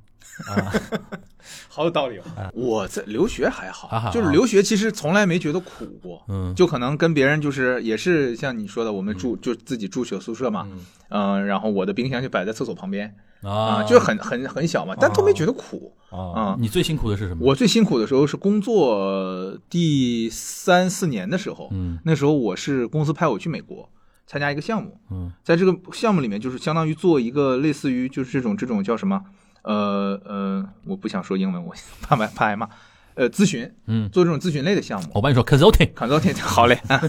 Speaker 1: 好有道理哦。我在留学还
Speaker 2: 啊还好啊
Speaker 1: 好，就是留学其实从来没觉得苦过，
Speaker 2: 嗯
Speaker 1: 就可能跟别人就是也是像你说的，我们住就自己住小宿舍嘛，嗯，然后我的冰箱就摆在厕所旁边
Speaker 2: 啊，
Speaker 1: 啊，就很很很小嘛，但都没觉得苦
Speaker 3: 啊
Speaker 1: 啊。
Speaker 2: 你最辛苦的是什么？
Speaker 1: 我最辛苦的时候是工作第三四年的时候，
Speaker 2: 嗯
Speaker 1: 那时候我是公司派我去美国参加一个项目，
Speaker 2: 嗯，
Speaker 1: 在这个项目里面，就是相当于做一个类似于就是这种这种叫什么，呃呃，我不想说英文，我 怕挨怕挨骂，呃，咨询，
Speaker 2: 嗯哦
Speaker 1: 做这种咨询类的项目。
Speaker 2: 我帮你说 consulting，
Speaker 1: consulting 好嘞，啊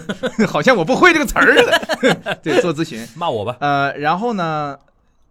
Speaker 1: 好像我不会这个词儿似的。 对，做咨询，
Speaker 2: 骂我吧。
Speaker 1: 呃，然后呢，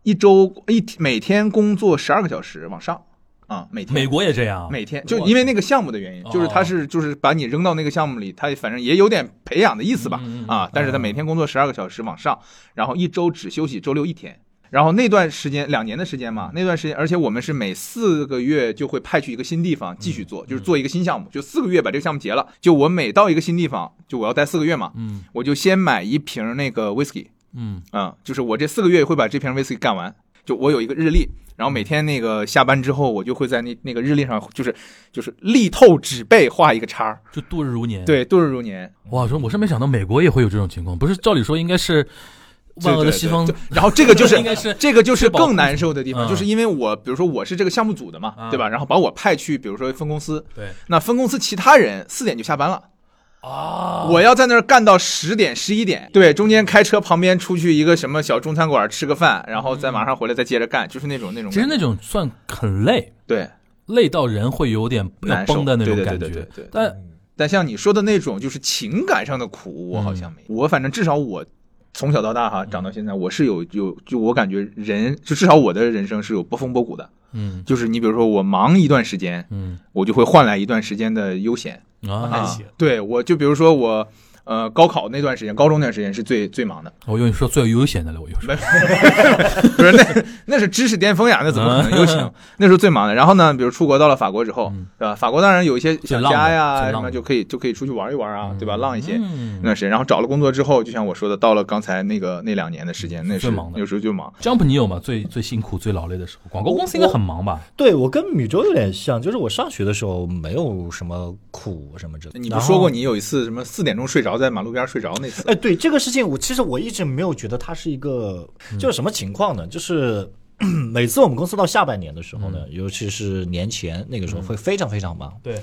Speaker 1: 一周一每天工作十二个小时往上啊，每天
Speaker 2: 美国也这样啊，
Speaker 1: 每天就因为那个项目的原因，
Speaker 2: 哦
Speaker 1: 就是他是就是把你扔到那个项目里，他反正也有点培养的意思吧
Speaker 2: 嗯嗯嗯
Speaker 1: 啊，但是他每天工作十二个小时往上，然后一周只休息周六一天，然后那段时间两年的时间嘛，那段时间，而且我们是每四个月就会派去一个新地方继续
Speaker 2: 嗯
Speaker 1: 做，就是做一个新项目，就四个月把这个项目结了。就我每到一个新地方，就我要待四个月嘛，
Speaker 2: 嗯
Speaker 1: 我就先买一瓶那个 whisky，
Speaker 2: 嗯
Speaker 1: 嗯，就是我这四个月会把这瓶 whisky 干完。就我有一个日历，然后每天那个下班之后，我就会在那那个日历上，就是就是力透纸背画一个叉儿，
Speaker 2: 就度日如年。，
Speaker 1: 对，度日如年。
Speaker 2: 哇，我说我是没想到美国也会有这种情况，不是？照理说应该是万恶的西方
Speaker 1: 对，对对然后这个就是
Speaker 2: 应该是
Speaker 1: 这个就是
Speaker 2: 确保
Speaker 1: 更难受的地方，
Speaker 2: 嗯
Speaker 1: 就是因为我比如说我是这个项目组的嘛，
Speaker 2: 嗯
Speaker 1: 对吧？然后把我派去，比如说分公司，
Speaker 2: 对
Speaker 1: 那分公司其他人四点就下班了，
Speaker 2: 啊，
Speaker 1: 我要在那儿干到十点十一点，对，中间开车旁边出去一个什么小中餐馆吃个饭，然后再马上回来再接着干，就是那种那种感
Speaker 2: 嗯其
Speaker 1: 觉，
Speaker 2: 实那种算很累，
Speaker 1: 对
Speaker 2: 累到人会有点要
Speaker 1: 难受
Speaker 2: 崩的那种
Speaker 1: 对对
Speaker 2: 感
Speaker 1: 对对
Speaker 2: 觉
Speaker 1: 对对。
Speaker 2: 但
Speaker 1: 但像你说的那种，就是情感上的苦，我好像没。我反正至少我从小到大哈，长到现在，我是有有就我感觉人就至少我的人生是有波峰波谷的。
Speaker 2: 嗯
Speaker 1: 就是你比如说我忙一段时间，
Speaker 2: 嗯
Speaker 1: 我就会换来一段时间的悠闲
Speaker 2: 啊
Speaker 3: 安
Speaker 1: 啊
Speaker 3: 闲。
Speaker 1: 对我就比如说我呃高考那段时间，高中那段时间是最最忙的，
Speaker 2: 我用你说最悠闲的了，我又说，
Speaker 1: 不是那那是知识巅峰呀，那怎么 可能悠闲？那时候最忙的。然后呢，比如出国到了法国之后，对吧？法国当然有一些
Speaker 2: 嗯最
Speaker 1: 小
Speaker 2: 浪
Speaker 1: 家
Speaker 2: 的
Speaker 1: 呀
Speaker 2: 最
Speaker 1: 什
Speaker 2: 浪
Speaker 1: 么
Speaker 2: 的
Speaker 1: 就可以就可以出去玩一玩啊，对吧？浪一些。
Speaker 2: 嗯
Speaker 1: 那段时间，然后找了工作之后，就像我说的，到了刚才那个那两年的时间，那是
Speaker 2: 最忙的
Speaker 1: 有时候就忙。
Speaker 2: ，Jump 你有吗？最最辛苦、最劳累的时候，广告公司应该很忙吧？
Speaker 3: 对我跟米粥有点像，就是我上学的时候没有什么苦什么之类的。
Speaker 1: 你不
Speaker 3: 然后
Speaker 1: 说过你有一次什么四点钟睡着，在马路边睡着那次？
Speaker 3: 哎，对这个事情，我其实我一直没有觉得它是一个，就是什么情况呢？就是。 每次我们公司到下半年的时候呢，尤其是年前那个时候会非常非常忙。
Speaker 2: 对，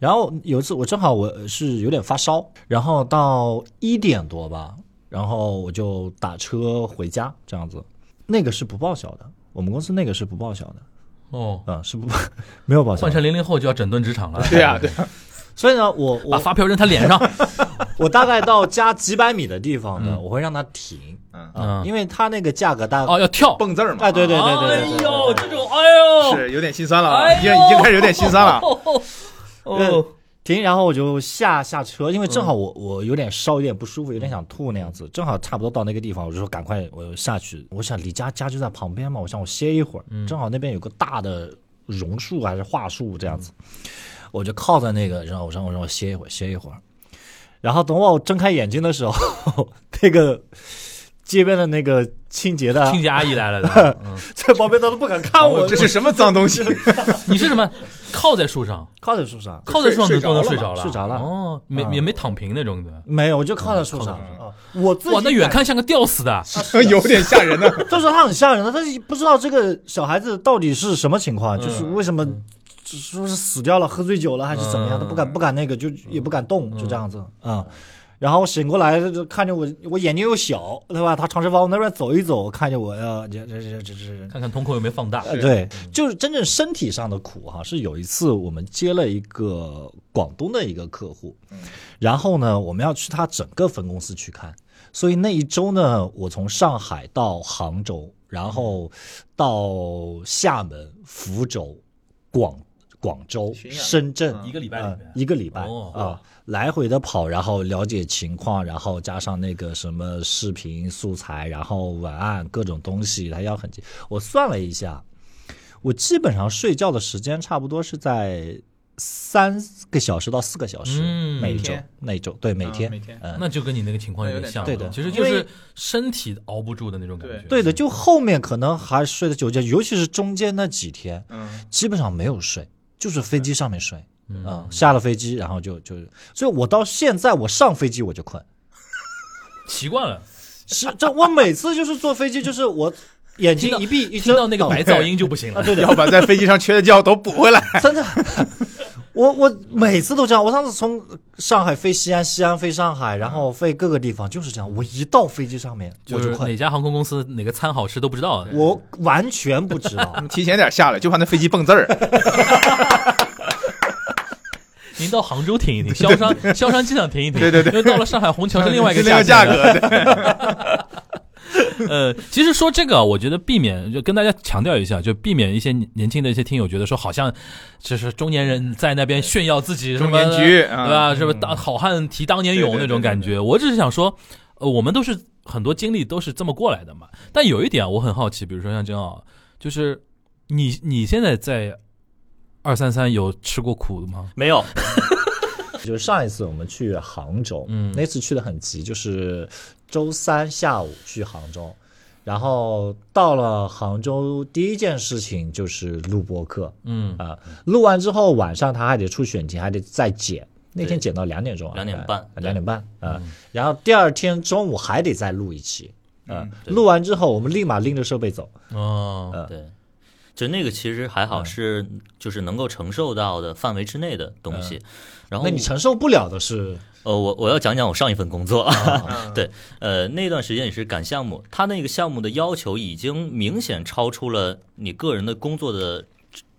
Speaker 3: 然后有一次我正好我呃是有点发烧，然后到一点多吧，然后我就打车回家这样子。那个是不报销的，我们公司那个是不报销的，
Speaker 2: 哦，
Speaker 3: 啊、是不 没有报销
Speaker 2: 换
Speaker 3: 的。
Speaker 2: 成零零后就要整顿职场了。哎
Speaker 1: 对呀、 对、啊，
Speaker 3: 所以呢，我我
Speaker 2: 把发票扔他 脸上，
Speaker 3: 我大概到家几百米的地方呢，我会让它停，
Speaker 1: 嗯
Speaker 3: 啊，因为它那个价格大，
Speaker 2: 哦，要跳，
Speaker 1: 蹦字儿嘛。啊
Speaker 3: 哎，对对对对对对
Speaker 2: 哎
Speaker 3: 对，
Speaker 2: 呦，这种，哎呦，
Speaker 1: 是有点心酸了啊，
Speaker 2: 哎呦
Speaker 1: 已经已经开始有点心酸了。
Speaker 2: 哦，
Speaker 1: 嗯
Speaker 3: 停，然后我就下下车，因为正好我我有点烧，有点不舒服，有点想吐那样子，正好差不多到那个地方，我就说赶快我下去，我想离家家就在旁边嘛，我想我歇一会儿，正好那边有个大的榕树还是桦树这样子，我就靠在那个，然后我让我让我歇一会儿，歇一会儿，然后等我睁开眼睛的时候， 那个街边的那个清洁的
Speaker 2: 清洁阿姨来 了，嗯
Speaker 3: 在旁边他都不敢看 我，
Speaker 1: 这是什么脏东西？
Speaker 2: 你是什么？靠在树上，
Speaker 3: 靠在树上，
Speaker 2: 靠在树上
Speaker 1: 睡睡着了
Speaker 2: 都能睡
Speaker 1: 嘛
Speaker 2: 着了，
Speaker 3: 睡着了
Speaker 2: 哦，没
Speaker 3: 嗯
Speaker 2: 也没躺平那种的。
Speaker 3: 没有，我就靠在树上。啊我自己啊
Speaker 2: 哇，那远看像个吊死的，
Speaker 1: 有点吓人呢、
Speaker 3: 就是他很吓人的，但是不知道这个小孩子到底是什么情况，就是为什么说是死掉了、喝醉酒了还是怎么样，他不敢不敢那个，就也不敢动，就这样子啊、嗯然后醒过来就看着我，我眼睛又小，对吧？他尝试往我那边走一走，看见我，呃，这这这这这
Speaker 2: 看看瞳孔有没有放大。
Speaker 3: 呃，对，
Speaker 1: 嗯
Speaker 3: 就是真正身体上的苦哈、是有一次我们接了一个广东的一个客户，
Speaker 1: 嗯
Speaker 3: 然后呢，我们要去他整个分公司去看，所以那一周呢，我从上海到杭州，然后到厦门、福州、广广州、
Speaker 1: 巡演嗯
Speaker 3: 深圳，
Speaker 2: 一个礼拜里
Speaker 3: 呃
Speaker 2: 面
Speaker 3: 一个礼拜
Speaker 2: 哦
Speaker 3: 啊，来回的跑，然后了解情况，然后加上那个什么视频素材，然后文案各种东西，它要很紧。我算了一下，我基本上睡觉的时间差不多是在三个小时到四个小时，
Speaker 2: 嗯
Speaker 3: 每
Speaker 2: 每
Speaker 3: 周
Speaker 1: 天
Speaker 3: 每周对每
Speaker 1: 啊
Speaker 3: 天、
Speaker 1: 每天
Speaker 3: 嗯。
Speaker 2: 那就跟你那个情况有点像了，
Speaker 3: 对的
Speaker 2: 其实就
Speaker 3: 因
Speaker 2: 是
Speaker 3: 为
Speaker 2: 身体熬不住的那种感觉。
Speaker 1: 对
Speaker 3: 对的，就后面可能还睡得久觉，尤其是中间那几天，
Speaker 1: 嗯，
Speaker 3: 基本上没有睡，就是飞机上面睡，嗯，下了飞机然后就就，所以我到现在我上飞机我就困，
Speaker 2: 习惯了，
Speaker 3: 是这我每次就是坐飞机就是我眼睛一闭一
Speaker 2: 听
Speaker 3: 睁
Speaker 2: 到那个白噪音就不行了
Speaker 3: 啊，。对的，
Speaker 1: 要把在飞机上缺的觉都补 回来。
Speaker 3: 真的，我我每次都这样。我上次从上海飞西安，西安飞上海，然后飞各个地方，就是这样。我一到飞机上面我
Speaker 2: 是
Speaker 3: 困
Speaker 2: 哪，家航空公司哪个餐好吃都不知道。
Speaker 3: 我完全不知道。
Speaker 1: 提前点下来，就怕那飞机蹦字儿。
Speaker 2: 您到杭州停一停，萧山萧山机场停一停，
Speaker 1: 对对对
Speaker 2: 因为到了上海虹桥是另外一个
Speaker 1: 是另外
Speaker 2: 价
Speaker 1: 价格。对
Speaker 2: 呃，其实说这个啊，我觉得避免就跟大家强调一下，就避免一些年年轻的一些听友觉得说，好像就是中年人在那边炫耀自己什
Speaker 1: 中
Speaker 2: 么
Speaker 1: 年局
Speaker 2: 对吧？
Speaker 1: 嗯
Speaker 2: 什么当好汉提当年
Speaker 1: 对
Speaker 2: 勇
Speaker 1: 对
Speaker 2: 那种
Speaker 1: 对对
Speaker 2: 感
Speaker 1: 对
Speaker 2: 觉。我只是想说，呃，我们都是很多经历都是这么过来的嘛。但有一点我很好奇，比如说像这样，就是你你现在在二三三有吃过苦的吗？
Speaker 4: 没有，
Speaker 5: 就是上一次我们去杭 州，
Speaker 2: 嗯
Speaker 5: 那次去的很急，就是周三下午去杭州，然后到了杭州，第一件事情就是录播课
Speaker 2: 嗯
Speaker 5: 啊、录完之后晚上他还得出选题，还得再剪。那天剪到两点钟啊，
Speaker 4: 两点半
Speaker 5: 呃两点半啊、
Speaker 3: 嗯
Speaker 5: 然后第二天中午还得再录一期，啊、
Speaker 3: 嗯
Speaker 5: 录完之后我们立马拎着设备走，
Speaker 2: 哦，
Speaker 4: 对，就那个其实还好，是就是能够承受到的范围之内的东西。
Speaker 2: 嗯
Speaker 4: 然
Speaker 3: 哦
Speaker 4: 后
Speaker 5: 那你承受不了的 是，啊
Speaker 4: 呃，我我要讲讲我上一份工作，对，呃，那段时间也是赶项目，他那个项目的要求已经明显超出了你个人的工作的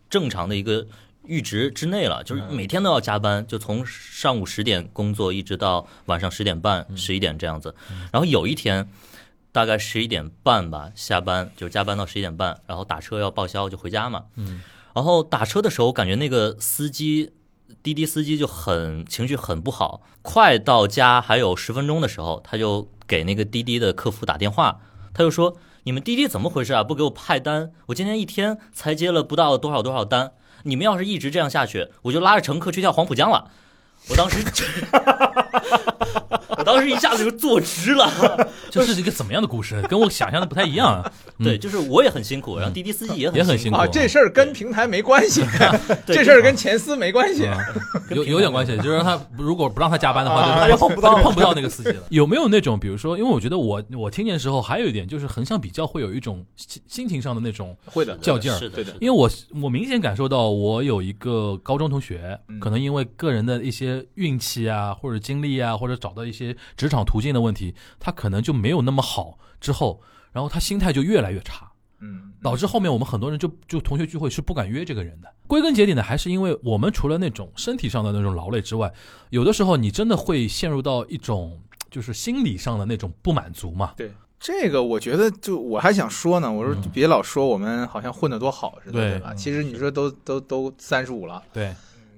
Speaker 4: 正常的一个阈值之内了，就是每天都要加班，就从上午十点工作一直到晚上十点半、十一点这样子。然后有一天，大概十一点半吧，下班就加班到十一点半，然后打车要报销就回家嘛。嗯，然后打车的时候，感觉那个司机滴滴司机就很情绪很不好，快到家还有十分钟的时候，他就给那个滴滴的客服打电话，他就说：“你们滴滴怎么回事啊？不给我派单，我今天一天才接了不到多少多少单，你们要是一直这样下去，我就拉着乘客去跳黄浦江了。”我当时， 我当时一下子就坐直了。
Speaker 2: 这是一个怎么样的故事？跟我想象的不太一样啊。
Speaker 4: 对，就是我也很辛苦，然后滴滴司机也
Speaker 2: 也很
Speaker 4: 辛
Speaker 2: 辛
Speaker 4: 苦
Speaker 2: 苦
Speaker 1: 啊，这事儿跟平台没关系， 这事儿跟前司没关
Speaker 2: 嗯
Speaker 1: 系。
Speaker 2: 有有点关系，就是让他如果不让他加班的话，就是他就碰不到碰不到那个司机了。有没 有那种，比如说，因为我觉得我我听见的时候还有一点就是横向比较会有一种心心情上的那种，
Speaker 1: 会的，
Speaker 2: 较劲儿
Speaker 4: 是的，
Speaker 1: 对
Speaker 4: 是
Speaker 1: 的
Speaker 4: 的
Speaker 2: 因为我我明显感受到我有一个高中同学，可能因为个人的一些运气啊，或者经历啊，或者找到一些职场途径的问题，他可能就没有那么好，之后，然后他心态就越来越差。
Speaker 1: 嗯，
Speaker 2: 导致后面我们很多人就就同学聚会是不敢约这个人的。归根结底呢，还是因为我们除了那种身体上的那种劳累之外，有的时候你真的会陷入到一种就是心理上的那种不满足嘛。
Speaker 1: 对。这个我觉得，就我还想说呢，我说别老说我们好像混得多好似的，
Speaker 2: 嗯对嗯
Speaker 1: 对吧？其实你说都都都三十五了，
Speaker 2: 对，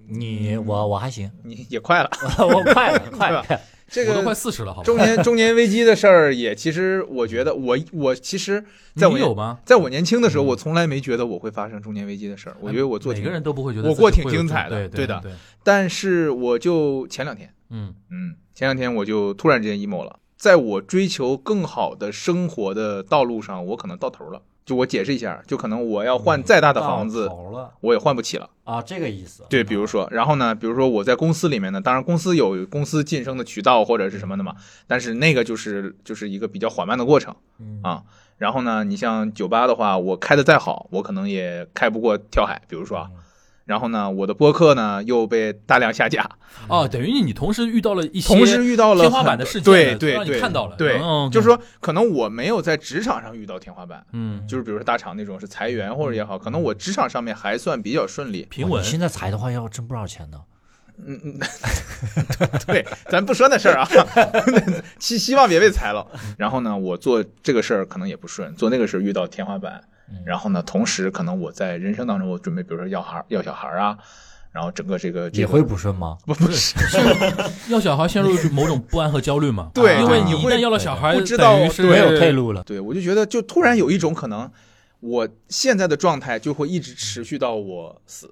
Speaker 3: 你
Speaker 5: 嗯
Speaker 3: 我我还行，
Speaker 1: 你也快了，
Speaker 3: 我快了快
Speaker 1: 对
Speaker 3: 了，
Speaker 1: 这
Speaker 2: 我都快
Speaker 1: 个
Speaker 2: 四十了，好吧
Speaker 1: 中？年中年危机的事儿也，其实我觉得我我其实在我
Speaker 2: 你有吗？
Speaker 1: 在我年轻的时候，我从来没觉得我会发生中年危机的事儿，我觉得我做
Speaker 2: 哎每
Speaker 1: 挺
Speaker 2: 个人都不会觉得
Speaker 1: 我
Speaker 2: 自己
Speaker 1: 过挺
Speaker 2: 会有
Speaker 1: 精
Speaker 2: 这
Speaker 1: 彩的对
Speaker 2: 对
Speaker 1: 的
Speaker 2: 对，
Speaker 1: 但是我就前两天，
Speaker 2: 嗯
Speaker 1: 嗯，前两天我就突然之间 emo 了，在我追求更好的生活的道路上，我可能到头了。就我解释一下，就可能我要换再大的房子，
Speaker 3: 嗯到头了
Speaker 1: 我也换不起了。
Speaker 3: 啊，这个意思。
Speaker 1: 对，比如说，然后呢，比如说我在公司里面呢，当然公司有公司晋升的渠道或者是什么的嘛，但是那个就是就是一个比较缓慢的过程
Speaker 3: 嗯
Speaker 1: 啊。然后呢，你像酒吧的话，我开的再好，我可能也开不过跳海，比如说啊。
Speaker 3: 嗯
Speaker 1: 然后呢，我的播客呢又被大量下架，
Speaker 2: 哦，等于你同时遇到了一些
Speaker 1: 嗯同时遇到了
Speaker 2: 天花
Speaker 1: 很
Speaker 2: 板的
Speaker 1: 多
Speaker 2: 事件
Speaker 1: 对
Speaker 2: 了
Speaker 1: 对
Speaker 2: 让你
Speaker 1: 对，
Speaker 2: 看到了
Speaker 1: 对，
Speaker 2: 嗯
Speaker 1: 就是说可能我没有在职场上遇到天花板，
Speaker 2: 嗯
Speaker 1: 就是比如说大厂那种是裁员或者也好，可能我职场上面还算比较顺 利。
Speaker 2: 平
Speaker 3: 哇
Speaker 2: 稳
Speaker 3: 你。现在裁的话要挣不少钱的。
Speaker 1: 嗯嗯，对，咱不说那事儿啊， 希希望别被裁了。
Speaker 2: 嗯
Speaker 1: 然后呢，我做这个事儿可能也不顺，做那个事儿遇到天花板。
Speaker 2: 嗯
Speaker 1: 然后呢，同时可能我在人生当中，我准备比如说要孩儿要小孩儿啊，然后整个这个这
Speaker 3: 也
Speaker 1: 个
Speaker 3: 会不顺吗？
Speaker 1: 不不是
Speaker 2: 要小孩陷入某种不安和焦虑嘛？
Speaker 1: 对
Speaker 2: 因为
Speaker 1: 对
Speaker 2: 你
Speaker 1: 你
Speaker 2: 一
Speaker 1: 会
Speaker 2: 旦要了小孩，
Speaker 1: 不知道
Speaker 2: 等于是
Speaker 1: 对
Speaker 3: 没有退路了。
Speaker 1: 对，我就觉得就突然有一种可能，我现在的状态就会一直持续到我死，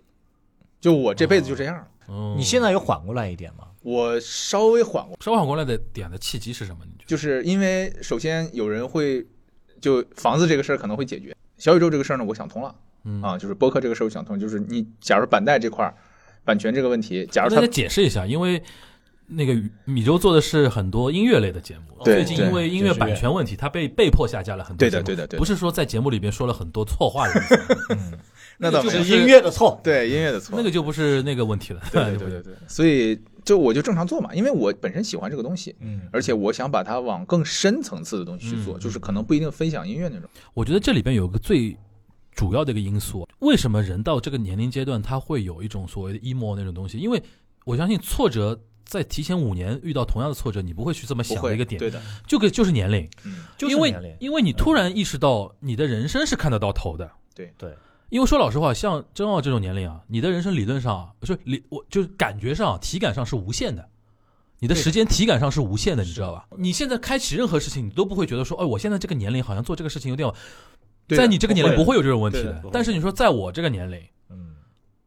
Speaker 1: 就我这辈子就这样了。
Speaker 2: 嗯
Speaker 3: 你现在有缓过来一点吗？
Speaker 1: 我稍微缓过，
Speaker 2: 稍微缓过来的点的契机是什么？你觉得？
Speaker 1: 就是因为首先有人会就房子这个事儿可能会解决，小宇宙这个事儿呢，我想通了
Speaker 2: 嗯
Speaker 1: 啊，就是播客这个事儿我想通，就是你假如板带这块儿版权这个问题，假
Speaker 2: 给
Speaker 1: 如
Speaker 2: 大
Speaker 1: 他
Speaker 2: 家解释一下，因为那个米粥做的是很多音乐类的节目，
Speaker 1: 对
Speaker 2: 最近因为音乐版权问题，他被被迫下架了很多
Speaker 1: 对
Speaker 2: 节
Speaker 1: 的
Speaker 2: 目。
Speaker 1: 对的对的
Speaker 2: 不是说在节目里边说了很多错话的意 思，
Speaker 1: 那倒没
Speaker 2: 就是
Speaker 1: 有，
Speaker 2: 音
Speaker 3: 乐的错，
Speaker 1: 对音乐的错，
Speaker 2: 那个就不是那个问题了。
Speaker 1: 对对对对对，所以就我就正常做嘛，因为我本身喜欢这个东西，
Speaker 3: 嗯，
Speaker 1: 而且我想把它往更深层次的东西去做，
Speaker 2: 嗯
Speaker 1: 就是可能不一定分享音乐那种。
Speaker 2: 我觉得这里边有个最主要的一个因素，为什么人到这个年龄阶段，他会有一种所谓的 emo 那种东西？因为我相信挫折。在提前五年遇到同样的挫折，你不会去这么
Speaker 1: 不
Speaker 2: 想的
Speaker 1: 会
Speaker 2: 一个点，
Speaker 1: 对的，
Speaker 2: 就个就是年龄，
Speaker 3: 就是
Speaker 2: 因
Speaker 3: 年龄嗯
Speaker 2: 为因为你突然意识到你的人生是看得到头的，
Speaker 3: 对，
Speaker 2: 因为说老实话，像真奥这种年龄啊，你的人生理论上啊，就是理我就是感觉上、体感上是无限的，你的时间体感上是无限的，你知道吧？你现在开启任何事情，你都不会觉得说，哎，我现在这个年龄好像做这个事情有点晚。
Speaker 1: 对的
Speaker 2: 在你这个年龄不会有这种问题
Speaker 1: 对的
Speaker 2: 的
Speaker 1: 不，会
Speaker 2: 但是你说在我这个年龄，
Speaker 5: 嗯，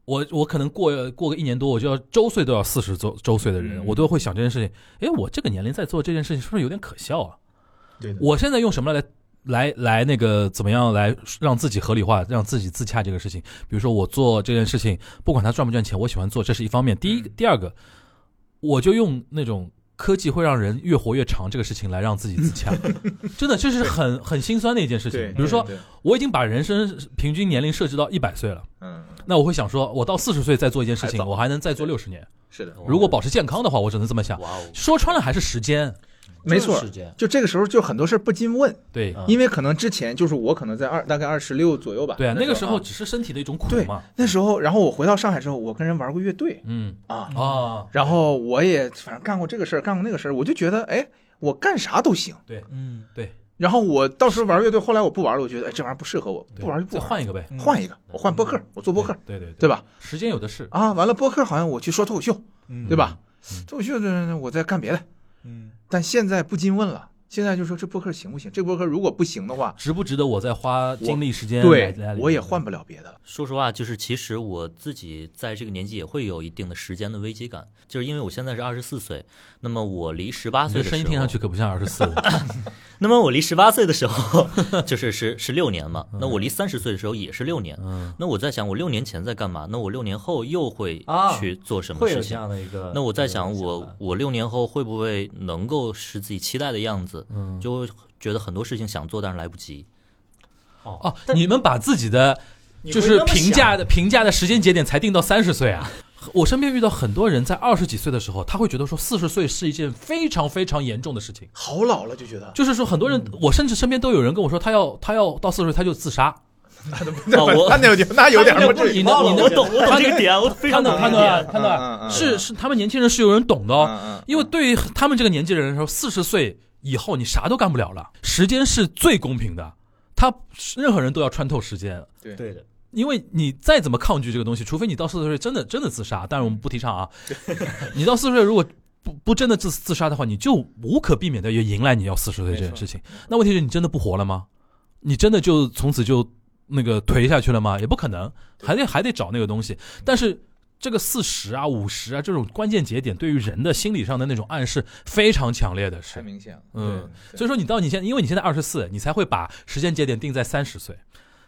Speaker 2: 我我可能过过个一年多，我就要周岁都要四十周周岁的人，
Speaker 1: 嗯
Speaker 2: 我都会想这件事情。哎，我这个年龄在做这件事情，是不是有点可笑啊？
Speaker 1: 对的，
Speaker 2: 我现在用什么来来来那个怎么样来让自己合理化，让自己自洽这个事情？比如说我做这件事情，不管它赚不赚钱，我喜欢做，这是一方面。第
Speaker 1: 嗯
Speaker 2: 一，第二个，我就用那种。科技会让人越活越长，这个事情来让自己自 洽，真的这是很很心酸的一件事
Speaker 1: 对，
Speaker 2: 情。比如说，
Speaker 1: 对，对
Speaker 2: 我已经把人生平均年龄设置到一百岁了，
Speaker 1: 嗯，
Speaker 2: 那我会想说，我到四十岁再做一件事情
Speaker 1: 还，早
Speaker 2: 我还能再做六十年。
Speaker 1: 是的，
Speaker 2: 如果保持健康的话，我只能这么想。
Speaker 4: 哦哇哦，
Speaker 2: 说穿了还是时间，
Speaker 1: 没错
Speaker 5: 时，间，
Speaker 1: 就这个时候就很多事儿不禁问，
Speaker 2: 对
Speaker 5: 嗯
Speaker 1: 因为可能之前就是我可能在二大概二十六左右吧，
Speaker 2: 对啊，那个时候
Speaker 1: 啊
Speaker 2: 只是身体的一种苦
Speaker 1: 对
Speaker 2: 嘛。
Speaker 1: 那时候，然后我回到上海之后，我跟人玩过乐队
Speaker 2: 嗯
Speaker 1: 啊，
Speaker 2: 啊，
Speaker 1: 然后我也反正干过这个事儿，干过那个事儿，我就觉得哎，我干啥都行。
Speaker 5: 嗯，
Speaker 1: 然后我到时候玩乐队，后来我不玩了，我觉得哎这玩意儿不适合我，
Speaker 2: 对
Speaker 1: 不玩就不
Speaker 2: 再
Speaker 1: 玩，
Speaker 2: 换一个呗，
Speaker 5: 嗯
Speaker 1: 换一个，我换播客，我做播客，
Speaker 2: 对对对
Speaker 1: 对吧？
Speaker 2: 时间有的是，
Speaker 1: 啊，完了播客好像我去说脱口秀，
Speaker 5: 嗯
Speaker 1: 对？吧？
Speaker 2: 嗯
Speaker 1: 脱口秀的我在干别的，
Speaker 5: 嗯，
Speaker 1: 但现在不禁问了，现在就说这播客行不行？这播客如果不行的话，
Speaker 2: 值不值得我再花精力时间来
Speaker 1: 对
Speaker 2: 来？
Speaker 1: 我也换不了别的了。
Speaker 4: 说实话，就是其实我自己在这个年纪也会有一定的时间的危机感，就是因为我现在是二十四岁，那么我离十八
Speaker 2: 你这
Speaker 4: 岁的
Speaker 2: 声音
Speaker 4: 时
Speaker 2: 听上
Speaker 4: 候，
Speaker 2: 去可不像二十 四。
Speaker 4: 那么我离十八岁的时候就是十十六年嘛，那我离三十岁的时候也是六年，
Speaker 2: 嗯，
Speaker 4: 那我在想我六年前在干嘛？那我六年后又会
Speaker 5: 啊
Speaker 4: 去做什么
Speaker 5: 会有
Speaker 4: 事
Speaker 5: 这
Speaker 4: 情？
Speaker 5: 样的一个。
Speaker 4: 那我在
Speaker 5: 这样
Speaker 4: 想
Speaker 5: 的一个
Speaker 4: 我
Speaker 5: 法
Speaker 4: 我六年后会不会能够是自己期待的样子？
Speaker 2: 嗯
Speaker 4: 就会觉得很多事情想做但是来不及。
Speaker 5: 哦
Speaker 2: 哦，你们把自己的
Speaker 5: 你
Speaker 2: 就
Speaker 5: 会
Speaker 2: 是
Speaker 5: 那么
Speaker 2: 评
Speaker 5: 想
Speaker 2: 价的评价的时间节点才定到三十岁啊。我身边遇到很多人在二十几岁的时候，他会觉得说四十岁是一件非常非常严重的事情。
Speaker 1: 好老了就 觉得
Speaker 2: 就是说，很多人，
Speaker 1: 嗯
Speaker 2: 我甚至身边都有人跟我说，他要他要到四十岁他就自杀，哦
Speaker 4: 啊我
Speaker 1: 那有点那有点儿不至于嗯
Speaker 2: 你能你
Speaker 4: 我
Speaker 2: 能
Speaker 4: 懂，我懂这个点，我非
Speaker 2: 判
Speaker 4: 常懂
Speaker 2: 断
Speaker 4: 这个
Speaker 2: 判
Speaker 4: 点。
Speaker 1: 嗯嗯嗯
Speaker 2: 断判断，啊是是他们年轻人是有人懂的哦，
Speaker 1: 嗯嗯
Speaker 2: 因为对于他们这个年纪的人来说，四十岁以后你啥都干不了了，时间是最公平的，他任何人都要穿透时间，
Speaker 5: 对的，
Speaker 2: 因为你再怎么抗拒这个东西，除非你到四十岁真的真的自杀，但是我们不提倡啊。 你到四十岁如果不不真的自自杀的话，你就无可避免的也迎来你要四十岁这件事情。那问题是你真的不活了吗？你真的就从此就那个颓下去了吗？也不可能，还得还得找那个东西。但是这个四十啊、五十啊这种关键节点，对于人的心理上的那种暗示非常强烈的
Speaker 1: 太
Speaker 2: 是。
Speaker 1: 明显了。
Speaker 2: 嗯
Speaker 1: 对，
Speaker 2: 所
Speaker 1: 以
Speaker 2: 以说你到你现在，因为你现在二十四，你才会把时间节点定在三十岁。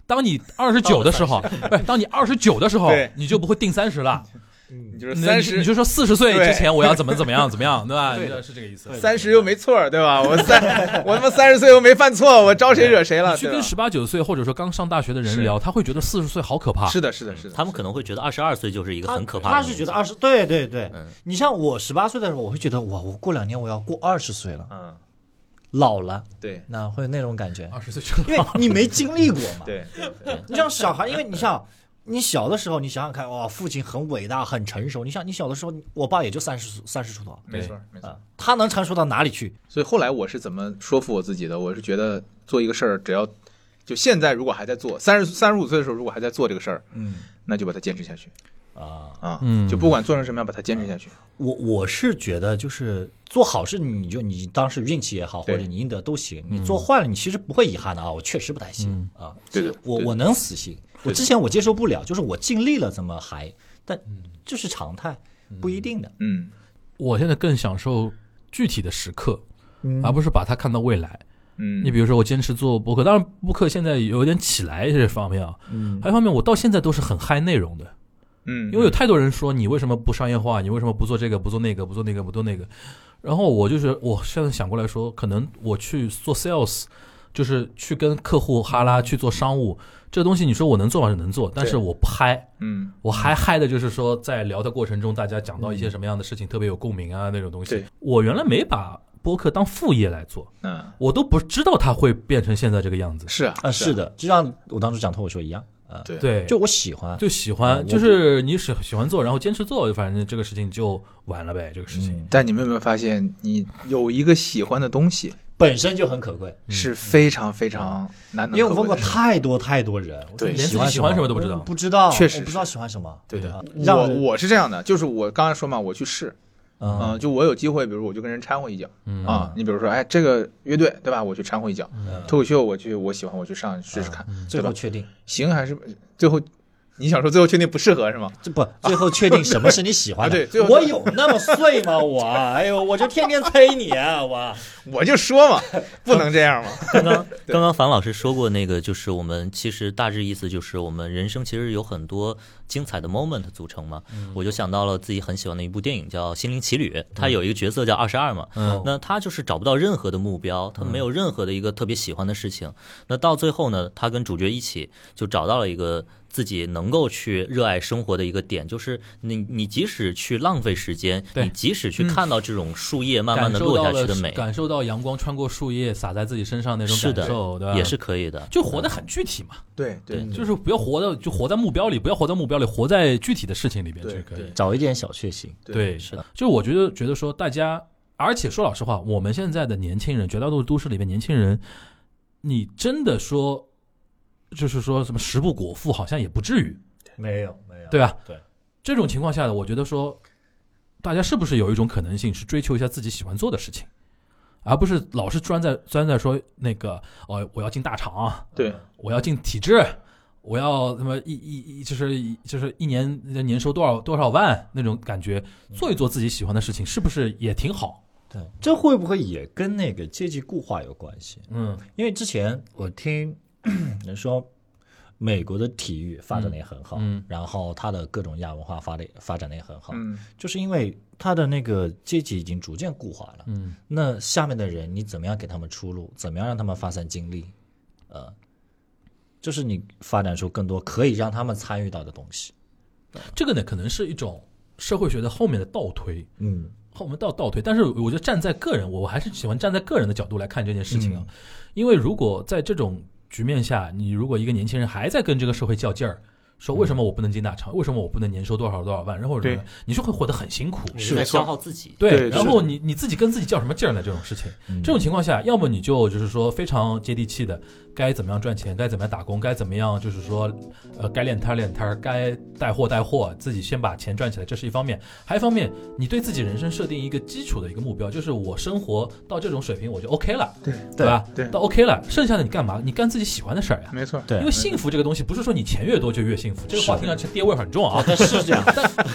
Speaker 2: 当你二十九的时候，不是当你二十九的时候
Speaker 1: 对，
Speaker 2: 你就不会定三十了。
Speaker 1: 你就是
Speaker 2: 你
Speaker 1: 三
Speaker 2: 你
Speaker 1: 十
Speaker 2: 就说四十岁
Speaker 1: 对
Speaker 2: 之前我要怎么怎么样怎么 样，对吧？
Speaker 5: 对的
Speaker 2: 你是这个意思。
Speaker 5: 对
Speaker 1: 三十又没错儿，对吧？我 三我他妈三十岁又没犯错，我招谁惹谁了？
Speaker 2: 你去
Speaker 1: 对吧啊
Speaker 2: 跟十八九岁或者说刚上大学的人
Speaker 1: 是
Speaker 2: 聊，他会觉得四十岁好可怕。
Speaker 1: 是的，是的，是的，
Speaker 4: 嗯他们可能会觉得二十二岁就是一个
Speaker 5: 他
Speaker 4: 很可怕的
Speaker 5: 他是
Speaker 4: 年
Speaker 5: 觉
Speaker 4: 纪
Speaker 5: 得二十，对对对
Speaker 4: 嗯，
Speaker 5: 你像我十八岁的时候，我会觉得哇，我过两年我要过二十岁了，
Speaker 1: 嗯，
Speaker 5: 老了，
Speaker 1: 对
Speaker 5: 那会有那种感 觉，
Speaker 2: 二十岁就
Speaker 5: 因为你没经历过 嘛。
Speaker 1: 对对对
Speaker 5: 你像小孩，因为你像你小的时候，你想想看，哇，父亲很伟大，很成熟。你想，你小的时候，我爸也就三十三十出头
Speaker 1: 没错儿没
Speaker 2: 嗯
Speaker 1: 错儿
Speaker 5: 啊。，他能成熟到哪里去？
Speaker 1: 所以后来我是怎么说服我自己的？我是觉得做一个事儿，只要就现在如果还在做，三十三十五岁的时候如果还在做这个事儿，
Speaker 5: 嗯
Speaker 1: 那就把它坚持下去
Speaker 5: 啊，
Speaker 1: 啊，
Speaker 2: 嗯
Speaker 1: 就不管做成什么样，把它坚持下去。
Speaker 5: 我我是觉得就是做好事，你就你当时运气也好，或
Speaker 1: 对
Speaker 5: 者你应得都行。你做坏了，你其实不会遗憾的啊。我确实不太行啊，
Speaker 1: 对的，
Speaker 5: 我
Speaker 1: 对的
Speaker 5: 我能死心。我之前我接受不了，就是我尽力了，怎么还？但这是常态，不一定的。
Speaker 1: 嗯，
Speaker 2: 我现在更享受具体的时刻，
Speaker 5: 嗯
Speaker 2: 而不是把它看到未来。
Speaker 1: 嗯，
Speaker 2: 你比如说，我坚持做播客，当然播客现在有点起来这方面啊，还有一方面，我到现在都是很嗨内容的。
Speaker 1: 嗯，
Speaker 2: 因为有太多人说你为什么不商业化，你为什么不做这个，不做那个，不做那个，不做那个。然后我就是我现在想过来说，可能我去做 sales，就是去跟客户哈拉去做商务，这东西你说我能做吗？是能做，但是我不嗨，
Speaker 1: 嗯，
Speaker 2: 我还嗨的就是说在聊的过程中，大家讲到一些什么样的事情特别有共鸣啊那种东西
Speaker 1: 对。
Speaker 2: 我原来没把播客当副业来做，
Speaker 1: 嗯，
Speaker 2: 我都不知道它会变成现在这个样子。
Speaker 1: 是啊，
Speaker 5: 啊，是的，就像我当初讲脱口秀一样啊，
Speaker 1: 对
Speaker 2: 对，
Speaker 5: 就我喜欢，
Speaker 2: 就喜
Speaker 5: 我
Speaker 2: 欢，
Speaker 5: 不
Speaker 2: 就是你喜喜欢做，然后坚持做，反正这个事情就完了呗，这个事情。
Speaker 5: 嗯
Speaker 1: 但你们有没有发现，你有一个喜欢的东西
Speaker 5: 本身就很可贵。
Speaker 1: 是非常非常难能
Speaker 5: 因为我
Speaker 1: 可
Speaker 5: 嗯问过
Speaker 1: 贵的事。
Speaker 5: 太多太多人，我说
Speaker 1: 对
Speaker 5: 你
Speaker 2: 连自己
Speaker 5: 欢
Speaker 2: 喜欢什么都
Speaker 5: 不
Speaker 2: 不知道
Speaker 5: 不知道，
Speaker 1: 确实
Speaker 5: 我不知道喜欢什么。
Speaker 1: 对的
Speaker 5: 啊让
Speaker 1: 我
Speaker 5: 人
Speaker 1: 我是这样的，就是我刚才说嘛，我去试，啊、就我有机会，比如我就跟人掺和一脚
Speaker 2: 嗯
Speaker 1: 啊。你比如说，哎，这个乐队对吧？我去掺和一脚。脱口秀我去，我喜欢我去上试试看，
Speaker 3: 嗯
Speaker 5: 最
Speaker 1: 对吧
Speaker 5: 后？确定，
Speaker 1: 行还是最后，你想说最后确定不适合是吗？
Speaker 5: 这不最后确定什么是你喜欢的？
Speaker 1: 啊对最后
Speaker 3: 我有那么碎吗？我，哎呦，我就天天催你啊，我。
Speaker 1: 我就说嘛，不能这样嘛。
Speaker 4: 刚刚刚刚樊老师说过那个，就是我们其实大致意思就是我们人生其实有很多精彩的 moment 组成嘛。
Speaker 1: 嗯
Speaker 4: 我就想到了自己很喜欢的一部电影叫《心灵奇旅》，它有一个角色叫二十二嘛。
Speaker 2: 嗯
Speaker 4: 那他就是找不到任何的目标，他没有任何的一个特别喜欢的事情。那到最后呢，他跟主角一起就找到了一个自己能够去热爱生活的一个点，就是你你即使去浪费时间，
Speaker 2: 对
Speaker 4: 你即使去看到这种树叶慢慢
Speaker 2: 感
Speaker 4: 的
Speaker 2: 受
Speaker 4: 落
Speaker 2: 到
Speaker 4: 下去
Speaker 2: 了
Speaker 4: 的美，
Speaker 2: 感受到阳光穿过树叶洒在自己身上那种
Speaker 4: 是
Speaker 2: 感
Speaker 4: 的
Speaker 2: 受，对吧？
Speaker 4: 也是嗯可以的。嗯
Speaker 2: 就活得很具体嘛，
Speaker 1: 对对
Speaker 2: 就是不要活到就活在目标里，不要活在目标里，活在具体的事情里边
Speaker 1: 对
Speaker 2: 就可以
Speaker 1: 对。
Speaker 5: 找一点小确幸，
Speaker 1: 对
Speaker 4: 是的，
Speaker 2: 就我觉得觉得说大家，而且说老实话，我们现在的年轻人，绝大多数都市里面年轻人，你真的说，就是说什么食不果腹，好像也不至于，
Speaker 5: 没有没有
Speaker 2: 对吧？
Speaker 5: 对，
Speaker 2: 这种情况下的，我觉得说，大家是不是有一种可能性是追求一下自己喜欢做的事情，而不是老是钻在钻在说那个哦，我要进大厂，
Speaker 1: 对
Speaker 2: 我要进体制，我要什么一一一就是一就是一年年收多少多少万那种感觉，做一做自己喜欢的事情，是不是也挺好？
Speaker 5: 对，这会不会也跟那个阶级固化有关系？
Speaker 2: 嗯
Speaker 5: 因为之前我听 人说，美国的体育发展的也很好，
Speaker 2: 嗯嗯
Speaker 5: 然后它的各种亚文化发的发展的也很好，
Speaker 1: 嗯
Speaker 5: 就是因为它的那个阶级已经逐渐固化了。
Speaker 2: 嗯，
Speaker 5: 那下面的人，你怎么样给他们出路？怎么样让他们发散精力？呃，就是你发展出更多可以让他们参与到的东西。
Speaker 2: 这个呢，可能是一种社会学的后面的倒推，
Speaker 5: 嗯，
Speaker 2: 后门到倒推，但是我觉得站在个人，我还是喜欢站在个人的角度来看这件事情
Speaker 1: 嗯
Speaker 2: 啊，因为如果在这种局面下，你如果一个年轻人还在跟这个社会较劲儿，说为什么我不能进大厂，为什么我不能年收多少多少万，然后什么的
Speaker 1: 嗯对
Speaker 2: 你就会活得很辛苦，
Speaker 4: 你是在消耗自己。
Speaker 1: 对
Speaker 2: 然后你你自己跟自己较什么劲儿呢？这种事情，
Speaker 5: 嗯
Speaker 2: 这种情况下，要么你就就是说非常接地气的，该怎么样赚钱，该怎么样打工，该怎么样就是说，呃，该练摊儿练摊儿，该带货带货，自己先把钱赚起来，这是一方面。还有一方面，你对自己人生设定一个基础的一个目标，就是我生活到这种水平我就 OK 了，
Speaker 1: 对
Speaker 2: 对吧？
Speaker 1: 对对
Speaker 2: 到 OK 了，剩下的你干嘛？你干自己喜欢的事儿呀。
Speaker 1: 没错。
Speaker 5: 对
Speaker 2: 因为幸福这个东西，不是说你钱越多就越幸福，这个话听上去爹味儿很重 啊。
Speaker 5: 但是这样，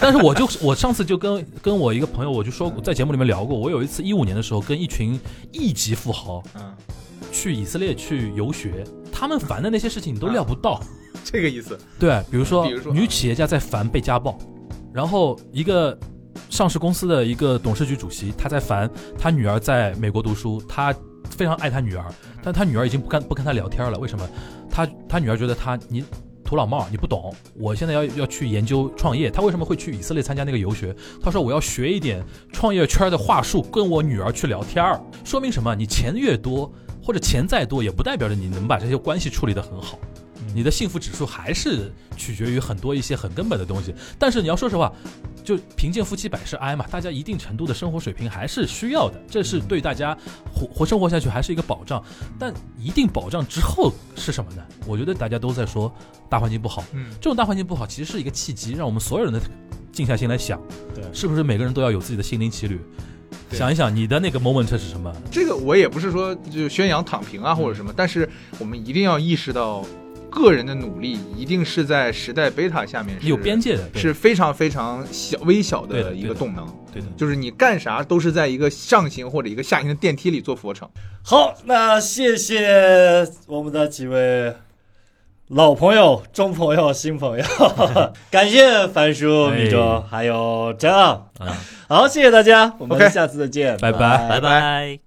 Speaker 2: 但是我就我上次就跟跟我一个朋友，我就说在节目里面聊过，我有一次一五年的时候跟一群亿级富豪
Speaker 1: 嗯，
Speaker 2: 去以色列去游学，他们烦的那些事情你都料不到。
Speaker 1: 这个意思。
Speaker 2: 对，比如说
Speaker 1: 比如说
Speaker 2: 女企业家在烦被家暴，然后一个上市公司的一个董事局主席，他在烦他女儿在美国读书，他非常爱他女儿，
Speaker 1: 嗯
Speaker 2: 但他女儿已经不跟不跟他聊天了，为什么？他他女儿觉得他你。土老帽，你不懂。我现在要要去研究创业，他为什么会去以色列参加那个游学？他说我要学一点创业圈的话术，跟我女儿去聊天儿。说明什么？你钱越多，或者钱再多，也不代表着你能把这些关系处理得很好。你的幸福指数还是取决于很多一些很根本的东西。但是你要说实话，就贫贱夫妻百事哀嘛，大家一定程度的生活水平还是需要的，这是对大家活
Speaker 1: 嗯
Speaker 2: 活生活下去还是一个保障。但一定保障之后是什么呢？我觉得大家都在说大环境不好，
Speaker 1: 嗯，
Speaker 2: 这种大环境不好，其实是一个契机，让我们所有人的静下心来想，
Speaker 5: 对
Speaker 2: 是不是每个人都要有自己的心灵奇旅，
Speaker 1: 对
Speaker 2: 想一想你的那个 moment 是什么？
Speaker 1: 这个我也不是说就宣扬躺平啊或者什么，但是我们一定要意识到，个人的努力一定是在时代贝塔下面是
Speaker 2: 有边界的，对
Speaker 1: 是非常非常小微小
Speaker 2: 对的
Speaker 1: 的一
Speaker 2: 对
Speaker 1: 个
Speaker 2: 的
Speaker 1: 动能，
Speaker 2: 对的。
Speaker 1: 就是你干啥都是在一个上行或者一个下行的电梯里做俯卧撑。
Speaker 3: 好，那谢谢我们的几位老朋友、中朋友、新朋友， 感谢樊叔、米粥还有张。啊
Speaker 4: 嗯
Speaker 3: 好，谢谢大家，我们
Speaker 1: OK
Speaker 3: 下次再见，
Speaker 2: 拜拜
Speaker 4: 拜拜。